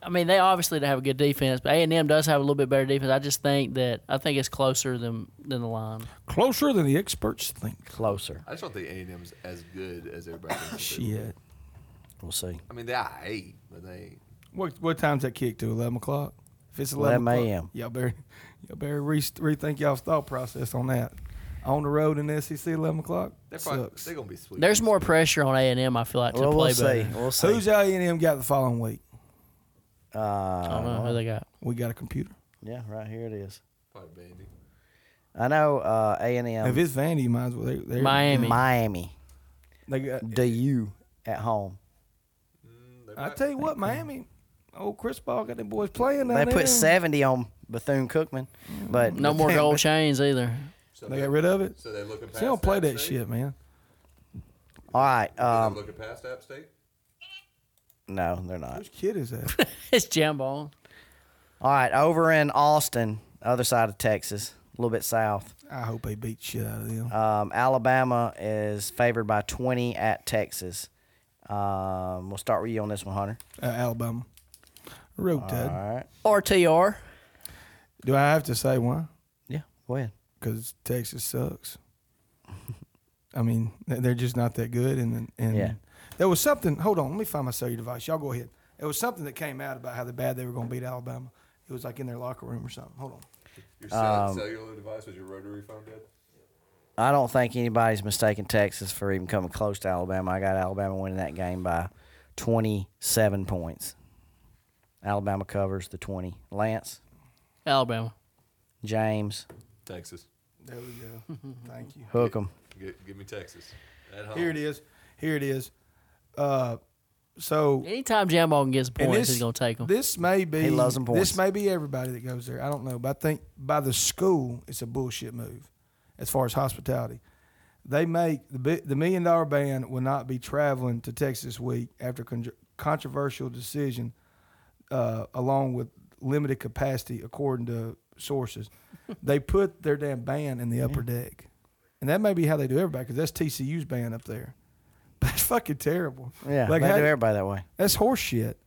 I mean, they obviously they have a good defense, but A and M does have a little bit better defense. I just think that I think it's closer than than the line. Closer than the experts think. Closer. I just don't think A&M's as good as everybody thinks. that they were. Shit. We'll see. I mean, they are eight, but they ain't. What what time's that kick to? 11 o'clock? If it's 11, 11 o'clock, a.m.. Y'all better, y'all better re- rethink y'all's thought process on that. On the road in the SEC, 11 o'clock? They're probably Sucks. they're gonna be sweet. There's more pressure on A and M. I feel like to Well, play we'll better. see. We'll see. Who's A&M got the following week? I don't know who they got. We got a computer. Uh, yeah, right here it is. probably Bandy. I know uh, A&M. if it's Vandy, you might as well. They, they're, Miami. Miami. They got, Do you at home? Mm, they I might- tell you what, Miami, old Chris Ball got them boys playing down They there. put 70 on Bethune Cookman, but No more gold chains either. so They got rid of it. So they looking past. They don't play App that State? shit, man. All right. they Um, looking past App State. no, they're not. Whose kid is that? It's Jambone. All right, over in Austin, other side of Texas, a little bit south. I hope they beat shit out of them. Um, Alabama is favored by 20 at Texas. Um, we'll start with you on this one, Hunter. Uh, Alabama. Road Tide. All right. RTR. Do I have to say why? Yeah, go ahead. Because Texas sucks. I mean, th- they're just not that good. And and Yeah. there was something. Hold on, let me find my cellular device. Y'all go ahead. There was something that came out about how the bad they were going to beat Alabama. It was like in their locker room or something. Hold on. Your cell- um, cellular device was your rotary phone dead. I don't think anybody's mistaken Texas for even coming close to Alabama. I got Alabama winning that game by 27 points. Alabama covers the 20. Lance, Alabama. James, Texas. There we go. Thank you. hook 'em. Get, give me Texas. At home. Here it is. Here it is. Uh, so Anytime Jambone gets And points, he's gonna take them. This may be He loves them This points. may be everybody that goes there. I don't know, but I think by the school, it's a bullshit move as far as hospitality. They make the bi- the million dollar band will not be traveling to Texas this week after con- controversial decision, uh, along with limited capacity according to sources. they put their damn band in the Mm-hmm. upper deck, and that may be how they do everybody because that's TCU's band up there. That's fucking terrible. Yeah, like they how- do everybody that way. that's horse shit.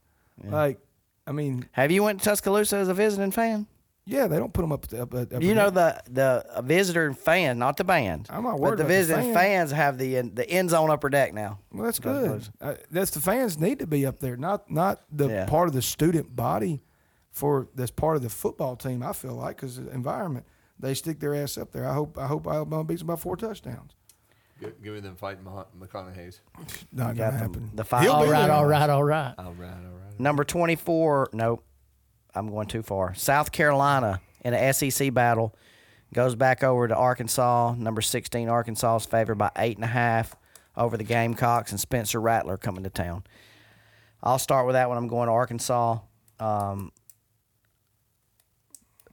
Like, I mean, Have you went to Tuscaloosa as a visiting fan? yeah, they don't put them up. Up, up, up You know the the visitor and fan, not the band. I'm not But worried the about the visiting fan. fans have the the end zone upper deck now. well, That's that's good. close. Uh, that's the fans need to be up there, not not the Yeah. part of the student body for that's part of the football team. I feel like because the environment they stick their ass up there. I hope I hope Alabama beats them by four touchdowns. Gi- give me them fighting Mah- McConaughey's. Not Got gonna the- happen. the five- He'll All be right, there. all right, all right. uh, All right, all right. Number twenty four. Nope, I'm going too far. South Carolina in an SEC battle goes back over to Arkansas. Number sixteen, Arkansas is favored by eight and a half over the Gamecocks, and Spencer Rattler coming to town. I'll start with that one. I'm going to Arkansas. Um,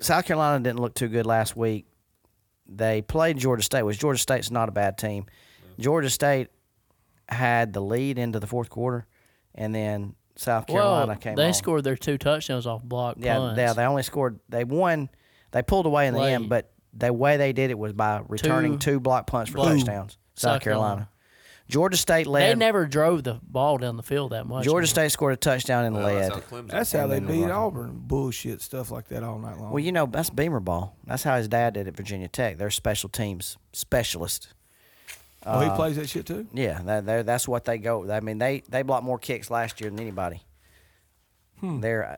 South Carolina didn't look too good last week. They played Georgia State, which Georgia State's not a bad team. Georgia State had the lead into the fourth quarter, and then South Well, Carolina came. they on. scored their two touchdowns off block Yeah, punts. yeah. They only scored. They won. They pulled away in the Late. end, but the way they did it was by returning Two two, block punts for block- touchdowns. South, South Carolina. Carolina. Georgia State led. They never drove the ball down the field that much. Georgia man. State scored a touchdown and Well, led. that's how Clemson. That's how And they then beat Ronald. Auburn. Bullshit stuff like that all night long. Well, you know, that's Beamer ball. That's how his dad did at Virginia Tech. They're special teams specialist. oh, uh, he plays that shit too. Yeah, that, that- that's what they go. I mean, they they blocked more kicks last year than anybody. They're, uh,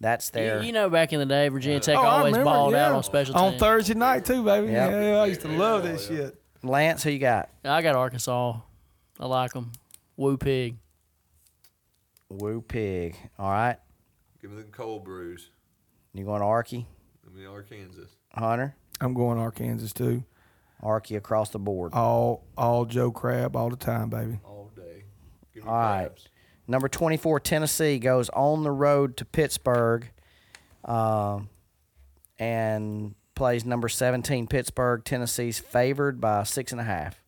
that's You, their. you know, back in the day, Virginia Tech Oh, I always remember, balled out yeah. on special on teams. Thursday night too, baby. Yep. Yeah, I used to love that shit. Lance, who you got? I got Arkansas. I like them. Woo pig. Woo pig. All right, Give me the cold brews. you going to Arky Give me Arkansas. Hunter? I'm going Arkansas too. Arky across the board. All all Joe Crab all the time, baby. all day. Give me All right. crabs. Number 24, Tennessee goes on the road to Pittsburgh um, and plays number 17, Pittsburgh. Tennessee's favored by six and a half.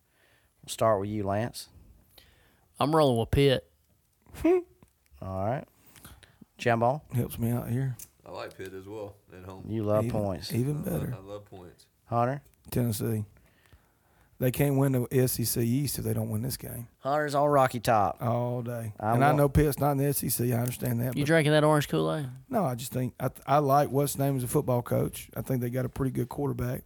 We'll start with you, Lance. I'm rolling with Pitt. All right. Jumbo, Helps me out here. I like Pitt as well at home. you love even, points. Even I, love, better, I love points. Hunter. Tennessee. They can't win the SEC East if they don't win this game Hunter's on Rocky Top. all day. I and I want- know Pitt's not in the SEC. I understand that. You but drinking that orange Kool Aid? No, I just think I, I like what's name as a football coach. I think they got a pretty good quarterback,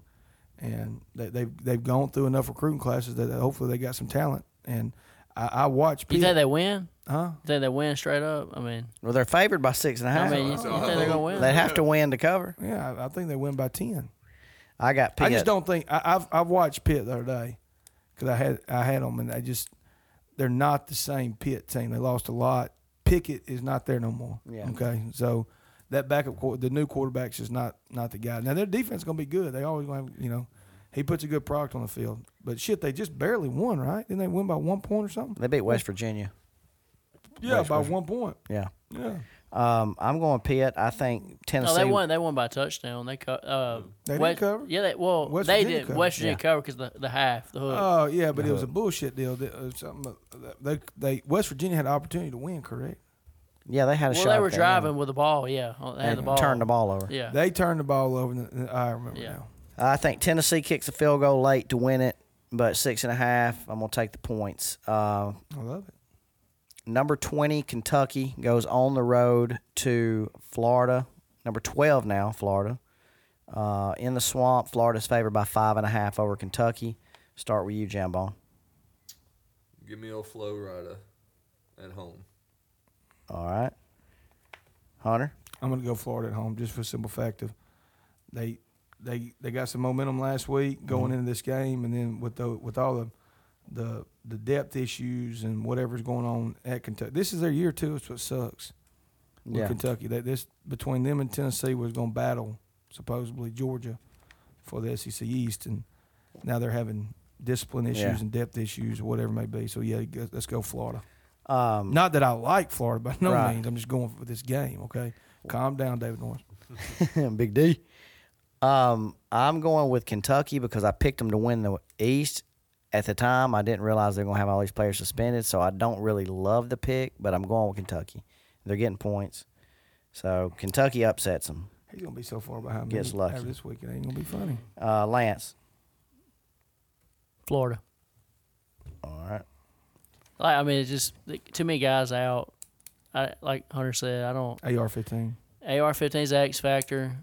and they, they've they've gone through enough recruiting classes that hopefully they got some talent. And I, I watch You Pitt. think they win? huh? You think they win straight up? I mean, Well, they're favored by six and a I half. mean, you, you think they're gonna win? they have to win to cover. Yeah, I, I think they win by ten. I got Pitt. I just don't think I, I've I've watched Pitt the other day because I had I had them and I just they're not the same Pitt team. They lost a lot. Pickett is not there no more. Yeah. Okay. So that backup quarter, the new quarterback's just not not the guy. Now their defense is gonna be good. They always gonna have you know he puts a good product on the field. But shit, they just barely won, right? Didn't they win by one point or something? They beat West Virginia. Yeah, by one point. Yeah. Yeah. Um, I'm going Pitt. I think Tennessee. No, Oh, they won. They won by a touchdown. They co- uh, They didn't West- cover? Yeah, they, well, West they Virginia did. covered. West Virginia Yeah. covered 'cause covered because the the half, the hook. Oh yeah, but it was a bullshit deal. That, uh, something uh, they they West Virginia had an opportunity to win, correct? Yeah, they had a well, shot. they were at the driving end. with the ball. Yeah, Oh, they had and the ball. turned the ball over. Yeah, They turned the ball over. And, I remember Yeah. now. Uh, I think Tennessee kicks a field goal late to win it, but six and a half. I'm gonna take the points. Uh, I love it. number 20, Kentucky goes on the road to Florida. Number 12 now, Florida. Uh, in the swamp, Florida's favored by five and a half over Kentucky. Start with you, Jambone. Give me old Flow Rider at home. All right, Hunter. I'm gonna go Florida at home just for the simple fact of they they they got some momentum last week going into this game, and then with the with all the the the depth issues and whatever's going on at Kentucky, this is their year too. It's what sucks with Yeah. Kentucky that this between them and Tennessee was gonna battle supposedly Georgia for the SEC East, and now they're having discipline issues Yeah. and depth issues or whatever it may be. So yeah, go- let's go Florida. Um, Not that I like Florida by no Right. means. I'm just going for this game. Okay, calm down, David Norris. Big D. Um, I'm going with Kentucky because I picked them to win the East. At the time, I didn't realize they're going to have all these players suspended, so I don't really love the pick, but I'm going with Kentucky. They're getting points, so Kentucky upsets them. He's gonna be so far behind Gets me lucky. after this week. It ain't gonna be funny. Uh, Lance. Florida. All right. Like I mean, it's just like, to me, guys out. I like Hunter said. I don't. AR fifteen. AR-15 is the X factor.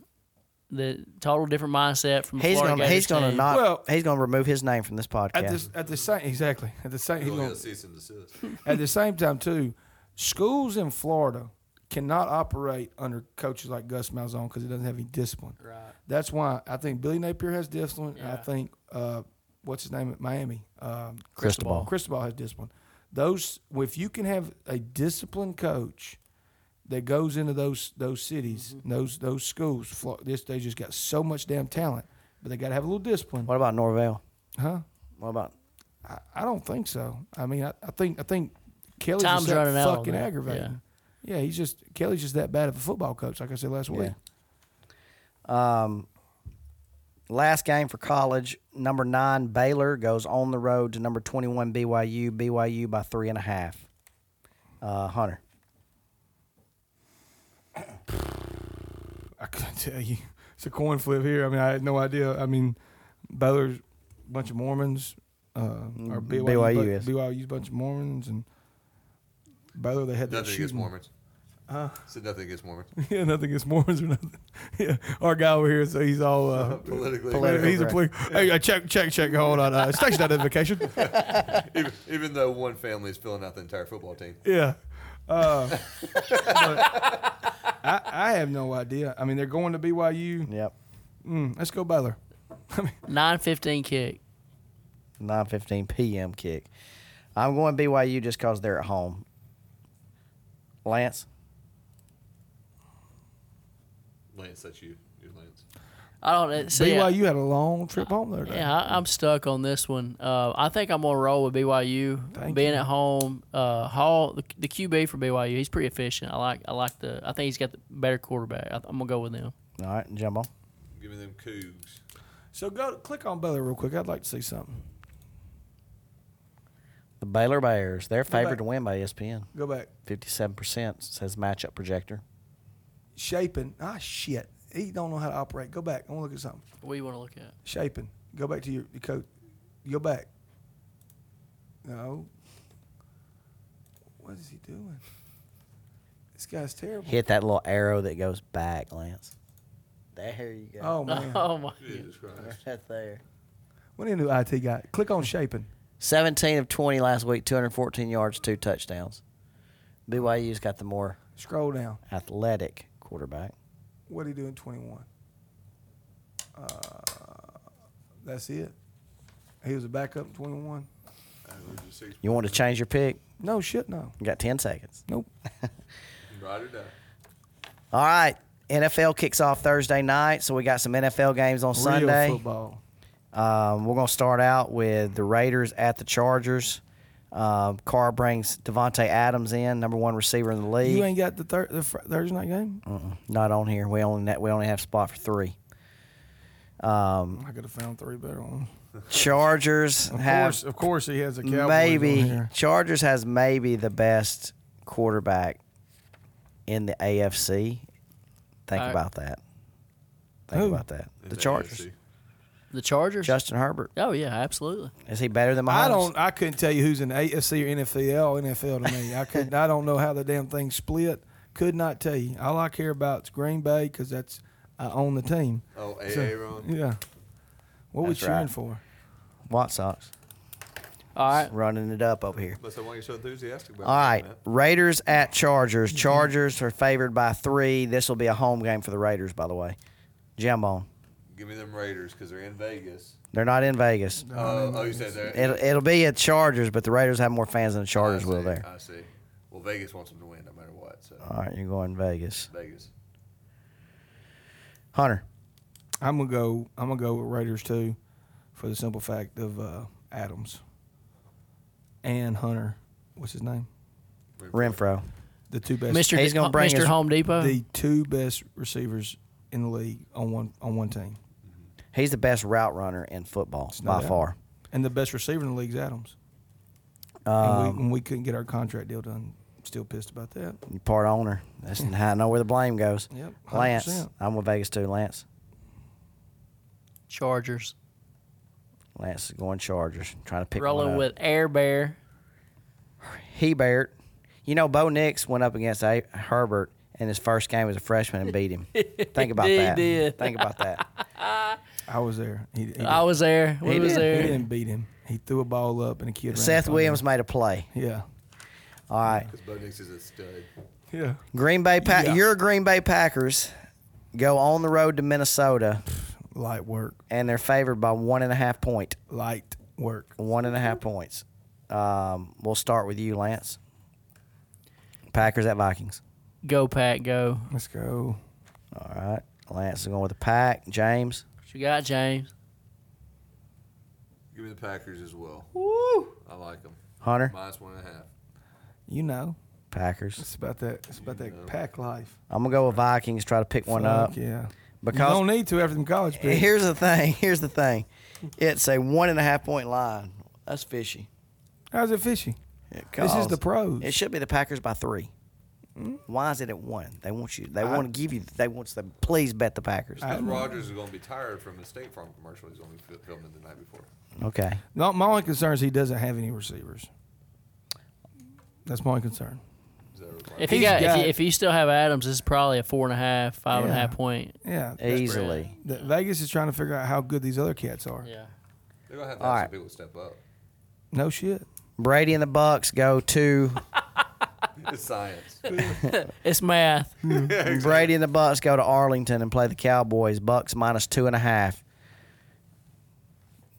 The total different mindset from He's Florida going. to He's going to not. knock. Well- he's going to remove his name from this At podcast. this at the same exactly at the same he's He's gonna gonna, get a cease and desist. at the same time too. Schools in Florida cannot operate under coaches like Gus Malzahn because he doesn't have any discipline. Right. That's why I think Billy Napier has discipline. and I Yeah. think uh, what's his name at Miami, um, Cristobal. Cristobal has discipline. Those if you can have a disciplined coach that goes into those those cities, Mm-hmm. and those those schools, Flo- this they just got so much damn talent, but they got to have a little discipline, What about Norvell? huh? What about? I, I don't think so. I mean, I, I think I think Kelly's Time's just that running out on fucking that, aggravating. Yeah. he's just Kelly's just that bad of a football coach, like I said last week. Um, last game for college, number nine Baylor goes on the road to number twenty-one BYU. BYU by three and a half. Uh, Hunter, I couldn't tell you. It's a coin flip here. I mean, I had no idea. I mean, Baylor's a bunch of Mormons. Uh, or Mm, BYU, BYU bu- is. BYU's a bunch of Mormons and Baylor. They had that Nothing against shooting. Mormons. Uh. Huh? Said nothing against Mormons. Oh. yeah, nothing against Mormons or nothing. Yeah, our guy over here, so he's all uh, Politically, Political. He's a poli- Hey, uh, check, check, check. Hold on. Uh, station identification. even, even though one family is filling out the entire football team. Yeah. Uh, but I, I have no idea. I mean, they're going to BYU. yep, Mm, let's go Baylor. Nine fifteen kick. nine fifteen p.m. kick. I'm going BYU just because they're at home. Lance, Lance, that's you. You're Lance. I don't uh, see. I- BYU had a long trip home there. Yeah, I, I'm stuck on this one. Uh, I think I'm gonna roll with BYU Thank being you. at home. Uh, Hall, the, the QB for BYU, he's pretty efficient. I like, I like the. I think he's got the better quarterback. I, I'm gonna go with him. all right, Jumbo. Giving them cougs. So go click on Baylor real quick. I'd like to see something. The Baylor Bears, they're back. favored to win by E ESPN. Go back. Fifty-seven percent says matchup projector. Shaping. Ah, shit. He don't know how to operate. Go back. I want to look at something. What do you want to look at? Shaping. Go back to your, your coat. Go back. No. What is he doing? This guy's terrible. Hit that little arrow that goes back, Lance. There you go. Oh man. Oh my god! Jesus Christ. Right there. What a new IT guy. Click on shaping. 17 of 20 last week, 214 yards, two touchdowns. BYU's got the more Scroll down. athletic quarterback. What he do in 21? Uh, that's it. He was a backup in 21. You want to change your pick? No shit, no. You got 10 seconds. Nope. Ride or die. All right. NFL kicks off Thursday night, so we got some NFL games on Sunday. Real football. Um, we're going to start out with the Raiders at the Chargers. Um, Carr brings Devontae Adams in, number one receiver in the league. You ain't got the, thir- the fr- Thursday night game? Mm-mm, not on here. We only we only have spot for three. I could have found three better ones. Chargers Of have course, of course, he has a Cowboys on maybe here. Chargers has maybe the best quarterback in the AFC. Think I- about that. Think Who? about that. In the Chargers. AFC. The Chargers. Justin Herbert. oh yeah, absolutely. Is he better than Mahomes? I don't. I couldn't tell you who's in AFC or NFL. NFL to me, I could. I don't know how the damn thing split. Could not tell you. All I care about is Green Bay because that's I own the team. Oh, So, Aaron. Yeah. What That's we cheering right. for? White Sox All right. running it up over here. That's why you're so enthusiastic about All that, right, man. Raiders at Chargers. Chargers are favored by three. This will be a home game for the Raiders, by the way. Jambone. Give me them Raiders because they're in Vegas. They're not in Vegas. Oh, oh, you said that. It'll, it'll be at Chargers, but the Raiders have more fans than the Chargers I will see, there. I see. Well, Vegas wants them to win no matter what. So All right, you're going Vegas. Vegas. Hunter. I'm gonna go. I'm gonna go with Raiders too, for the simple fact of uh, Adams and Hunter. What's his name? Renfro. The two best. Mr. He's gonna bring Mr. his- Home Depot. The two best receivers in the league on one on one team, He's the best route runner in football no by doubt. far. and the best receiver in the league is Adams. Um, and we, and we couldn't get our contract deal done. Still pissed about that. You part owner. That's how I know where the blame goes. Yep, Lance. 100%. I'm with Vegas too, Lance. Chargers. Lance is going Chargers. Trying to pick one Rolling up. with Air Bear. Hebert. You know, Bo Nix went up against a- Herbert in his first game as a freshman and beat him. Think about He that. did. Think about that. I was there. He, he, did- I was there. We He was did. he there. didn't beat him. He threw a ball up and a kid. ran Seth from him. Williams made a play. Yeah. All right. Because Bo Nix is a stud. Yeah. Green Bay pa- Yeah. your Green Bay Packers go on the road to Minnesota Light work. and they're favored by one and a half point. Light work. One and a half points. Um, we'll start with you, Lance. Packers at Vikings. Go Pack, go. Let's go. All right. Lance is going with the pack. James. What you got, James? Give me the Packers as well. I like them. Hunter. Minus one and a half. You know. Packers. It's about that. It's about that pack life. I'm gonna go with Vikings. Try to pick one Fuck up. Yeah. You Because don't need to after them college picks. Here's the thing. Here's the thing. It's a one and a half point line. That's fishy. How's it fishy? It This is calls- the Hmm? pros. It should be the Packers by 3 Why is it at one? They want you. They want to give you. They want to please bet the Packers. Because Rogers is going to be tired from the State Farm commercial he's going to be filming the night before. okay. No, my only concern is he doesn't have any receivers. That's my only concern. Is that a requirement? If you He's got, if, got- you, if you still have Adams, it's probably a four and a half, five and a Yeah. half point. Yeah. Easily. The- Vegas is trying to figure out how good these other cats are. Yeah. They're going to have to All have right. some people step up. No shit. Brady and the Bucks go to It's science. It's math. Brady and the Bucks go to Arlington and play the Cowboys. Bucks minus two and a half.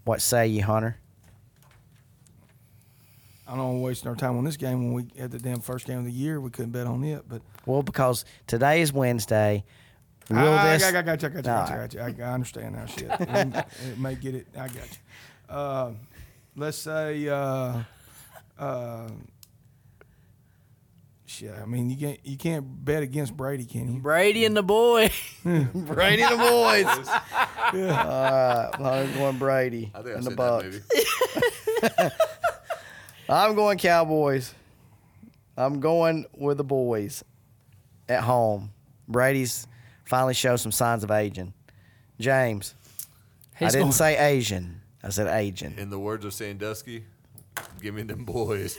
What say you, Hunter? I don't want to waste our time on this game when we had the damn first game of the year. We couldn't bet on it, but Well, because today is Wednesday. Will Ah, I, this? I, got- I got you. I got you. I got you, All I got you. I, got- I understand now. Shit, it, may get it. I got you. Um let's say, uh, uh, shit. I mean, you can't you can't bet against Brady, can you? Brady and the boy. Brady and the boys. Yeah. Uh, I'm going Brady I think I and the said Bucks. that maybe. I'm going Cowboys. I'm going with the boys at home. Brady's finally shows some signs of aging. James, I He's didn't going- say Asian. I said aging. In the words of Sandusky, give me them boys.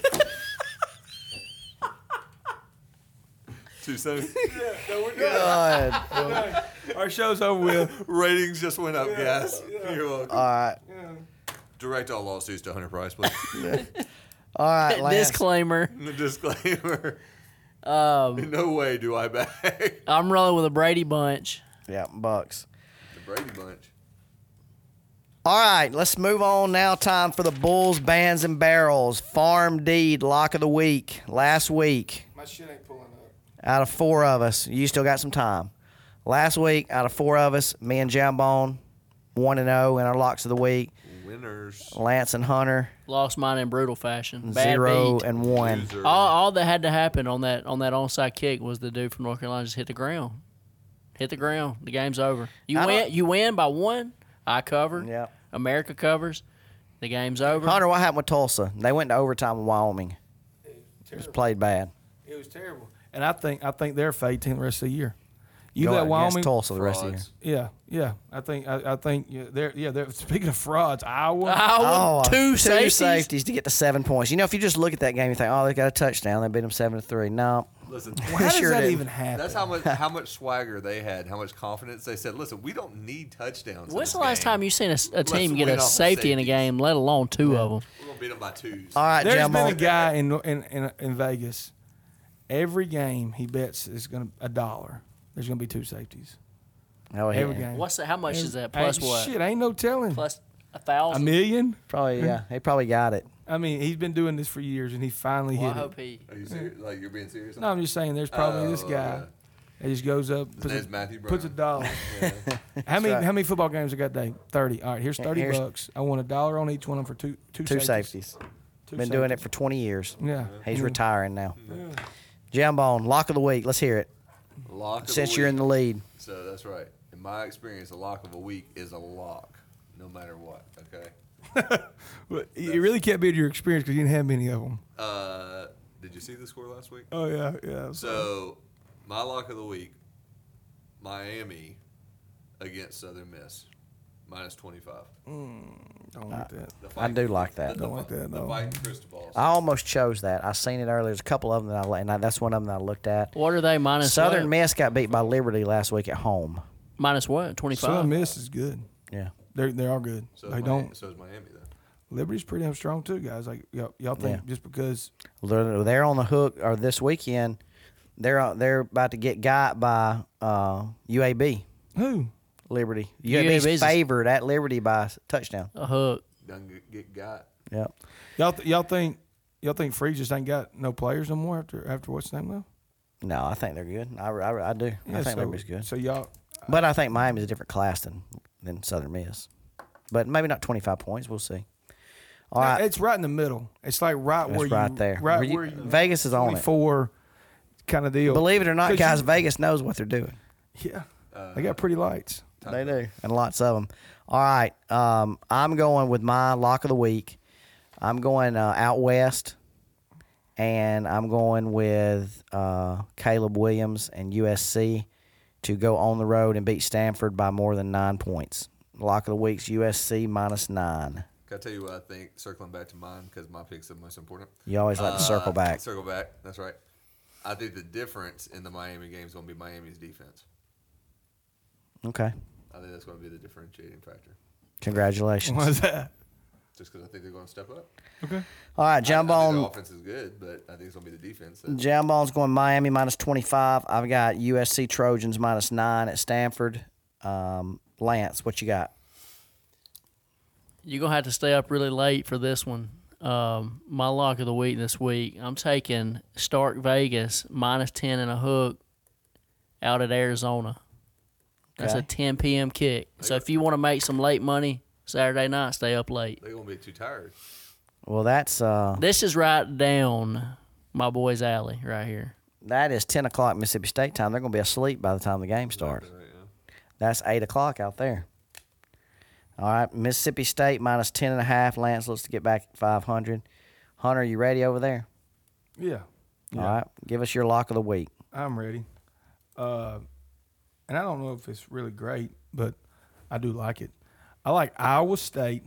Too soon. God. Our show's over with. Ratings just went up, guys. You're welcome. All right. Direct all lawsuits to Hunter Price, please. All right. Last. Disclaimer. The disclaimer. Um, In no way do I back the I'm rolling with a Brady bunch. yeah, Bucks. Brady Bunch. All right, let's move on now. Time for the Bulls, Bands, and Barrels. Farm deed, lock of the week. Last week, My shit ain't pulling up. out of four of us, you still got some time. Last week, out of four of us, me and Jambone, 1 and 0 in our locks of the week. Winners. Lance and Hunter, Lost mine in brutal fashion. Bad 0 beat. and 1. Loser. all, all that had to happen on that on that onside kick was the dude from North Carolina just hit the ground. Hit the ground. The game's over. You I don't- win. You win by one. I cover. Yep. America covers. The game's over. Hunter, what happened with Tulsa? They went to overtime with Wyoming. It was played bad. It was terrible. And I think I think they're fade team the rest of the year. You Go let against Wyoming. Tulsa the rest of the year. Frauds. Yeah, yeah. I think I, I think yeah, they're yeah. They're, speaking of frauds, Iowa. Oh, Oh, Iowa, Oh, two safeties. to get the seven points. You know, if you just look at that game, you think, oh, they got a touchdown. They beat them seven to three. No, Listen. How does Sure that didn't. even happen? That's how much how much swagger they had, how much confidence they said. Listen, we don't need touchdowns. When's the last time you seen a, s- a team Let's get win a off the safety in a safeties. game, let alone two of them? We're gonna beat them by twos. all right, There's Jambone. been a guy in, in in in Vegas. Every game he bets is going to a dollar. There's going to be two safeties. oh, yeah. Every game. What's that? How much is that? Ain't- Plus what? Shit, ain't no telling. Plus a a thousand. million? Probably, yeah. They probably got it. I mean, he's been doing this for years, and he finally Well, I hit it. hope he. Are you serious? Like you're being serious? No, I'm just saying, there's probably this Oh, guy. yeah. He just goes up, His puts name's a, Matthew Brown. puts a dollar. how many right. how many football games I got today? Thirty. All right, here's thirty Here's- bucks. I want a dollar on each one of them for two two Two safeties. safeties. Two Been doing it safeties. for 20 years. Yeah. He's Yeah. retiring now. Jambone, lock of the week. Let's hear it. Lock of the Since you're in week. the lead. So that's right. In my experience, a lock of a week is a lock, no matter what. Okay. But It really can't be to your experience because you didn't have many of them. Uh, did you see the score last week? Oh yeah, yeah. So, my lock of the week: Miami against Southern Miss, minus twenty-five. don't like that. The I fight- do like that. Don't like that. The No. fighting Cristobal. I almost chose that. I seen it earlier. There's a couple of them that I li- and I- that's one of them that I looked at. What are they minus? Southern what? Miss got beat by Liberty last week at home. minus what? Twenty Southern five. Miss is good. Yeah. They they are good. So they is don't. Miami, so is Miami though. Liberty's pretty damn strong too, guys. Like y'all, y'all think Yeah. just because They're, they're on the hook or this weekend. They're on- they're about to get got by uh, UAB. who? Liberty. UAB's, UAB's favored at Liberty by a touchdown. A hook. Done get, get got. Yep. Y'all th- y'all think y'all think Free just ain't got no players no more after after what's his name though? No, I think they're good. I, I, I do. I think so, Liberty's good. So y'all But I think Miami's a different class than than Southern Miss. But maybe not 25 points. We'll see. All right. it's right in the middle. It's like right That's where right you, there. Right Where you- where you, Vegas is on it. kind of deal. Believe it or not, 'Cause guys, you- Vegas knows what they're doing. yeah. They got pretty lights. They do, and lots of them. All right, um, I'm going with my lock of the week. I'm going uh, out west, and I'm going with uh, Caleb Williams and USC to go on the road and beat Stanford by more than nine points. Lock of the week's USC minus nine. Can I tell you what I think? Circling back to mine because my pick's the most important. Uh, You always like to circle back. Circle back. That's right. I think the difference in the Miami game is going to be Miami's defense. Okay, I think that's going to be the differentiating factor. congratulations. Why's that? Just because I think they're going to step up. All right, I- I think Jambone. The offense is good, but I think it's going to be the defense. that- Jambone's going Miami minus 25. I've got USC Trojans minus nine at Stanford. Um, Lance, what you got? You're gonna have to stay up really late for this one. Um, my lock of the week this week, I'm taking Stark Vegas minus ten and a hook out at Arizona. That's a Okay. 10 p.m. kick. So if you want to make some late money Saturday night, stay up late. They're going to be too tired. Well, that's uh, This is right down my boy's alley right here. that is 10 o'clock Mississippi State time. They're going to be asleep by the time the game starts. Right now. That's 8 o'clock out there. All right, Mississippi State minus 10 and a half. Lance, let's get back at 500. Hunter, you ready over there? Yeah. All right, give us your lock of the week. I'm ready. Uh, and I don't know if it's really great, but I do like it. I like Iowa State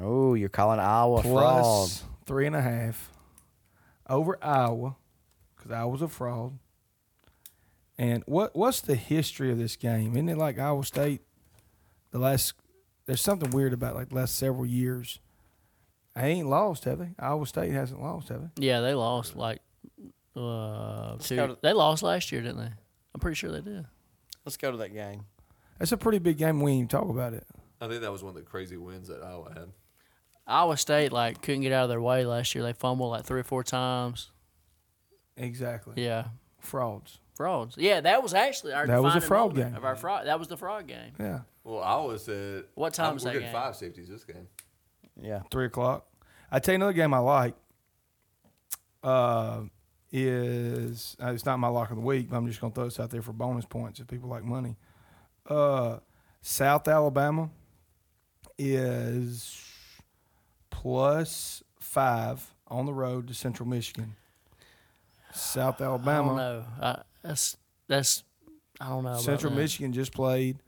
Oh, you're calling Iowa fraud. plus three and a half over Iowa because Iowa's a fraud. And what what's the history of this game? Isn't it like Iowa State? The last there's something weird about like the last several years. They ain't lost, have they? Iowa State hasn't lost, have they? Yeah, they lost like uh, go two. to- They lost last year, didn't they? I'm pretty sure they did. Let's go to that game. That's a pretty big game. We ain't even talk about it. I think that was one of the crazy wins that Iowa had. Iowa State like couldn't get out of their way last year. They fumbled like three or four times. Exactly. Yeah, Frauds. frauds. Yeah, that was actually our That was a defining fraud moment game. Of our fraud, that was the fraud game. Yeah. Well, Iowa said. What time I'm- is we're that getting game? five safeties this game. Yeah. three o'clock. I tell you another game I like uh, is uh, it's not my lock of the week, but I'm just gonna throw this out there for bonus points if people like money. Uh, South Alabama is plus five on the road to Central Michigan. South I don't Alabama, know. I, that's that's I don't know. about Central that. Michigan just played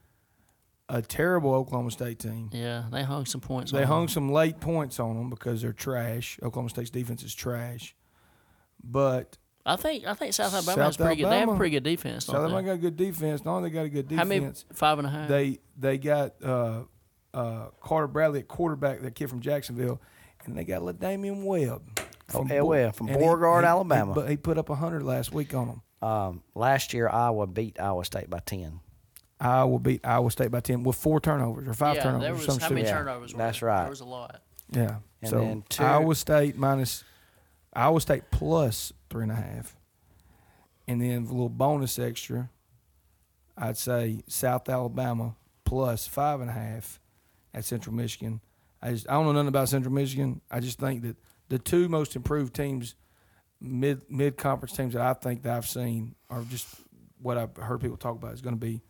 a terrible Oklahoma State team. Yeah, they hung some points. They on hung Uh-huh. them. some late points on them because they're trash. Oklahoma State's defense is trash. But I think I think South Alabama has South pretty good. They have Alabama- pretty good defense. South Don't Alabama they? got good defense. Not only they got a good How many? Uh-huh. defense, Five and a half. they they got uh, uh, Carter Bradley at quarterback, that kid from Jacksonville, and they got LaDamian Webb. From Bo- LL, Oh, from and Beauregard, Alabama. But he, put up 100 last week on them. Um, last year, Iowa beat Iowa State by 10. Iowa beat Iowa State by 10 with four turnovers or five yeah, turnovers. There or was something how many stupid. Yeah, turnovers? were that's there? right. There was a lot. Yeah. And so then two- Iowa State minus Iowa State plus three and a half, and then a little bonus extra. I'd say South Alabama plus five and a half at Central Michigan. I just I don't know nothing about Central Michigan. I just think that the two most improved teams, mid mid conference teams that I think that I've seen are just what I've heard people talk about is going to be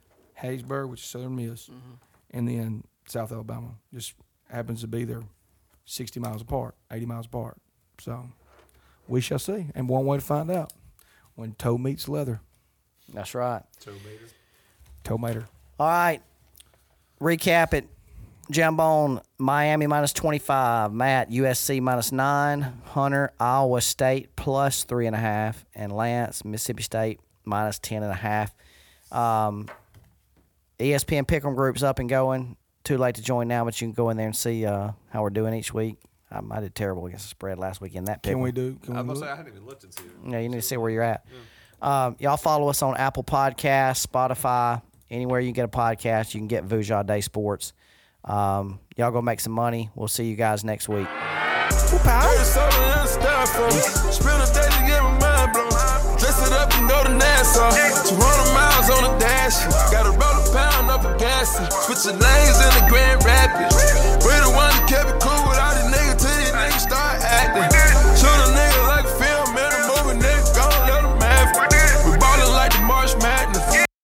Haysburg, which is Southern Miss, and then South Alabama. Just happens to be there. 60 miles apart, 80 miles apart. So we shall see. And one way to find out when toe meets leather, That's right. So maybe. toe mater. All right. Recap it. Jambone, Miami minus 25. Matt, USC minus 9. Hunter, Iowa State plus 3.5. And, Lance, Mississippi State minus 10.5. Um, E ESPN Pick'em Group's up and going. Too late to join now, but you can go in there and see uh, how we're doing each week. I, I did terrible against the spread last week in that pick. Can we do? I Can we must do say it? I hadn't even looked and seen it. Yeah, you need to see where you're at. Um, y'all follow us on Apple Podcasts, Spotify, anywhere you get a podcast. You can get Vuja Day Sports. Um, y'all go make some money. We'll see you guys next week. Hey, so they understand from me. Spend a day to get my mind blown. Dress it up and go to Nassau. 200 miles on the dash. Gotta roll a pound up a gas. Switching lanes in the Grand Rapids.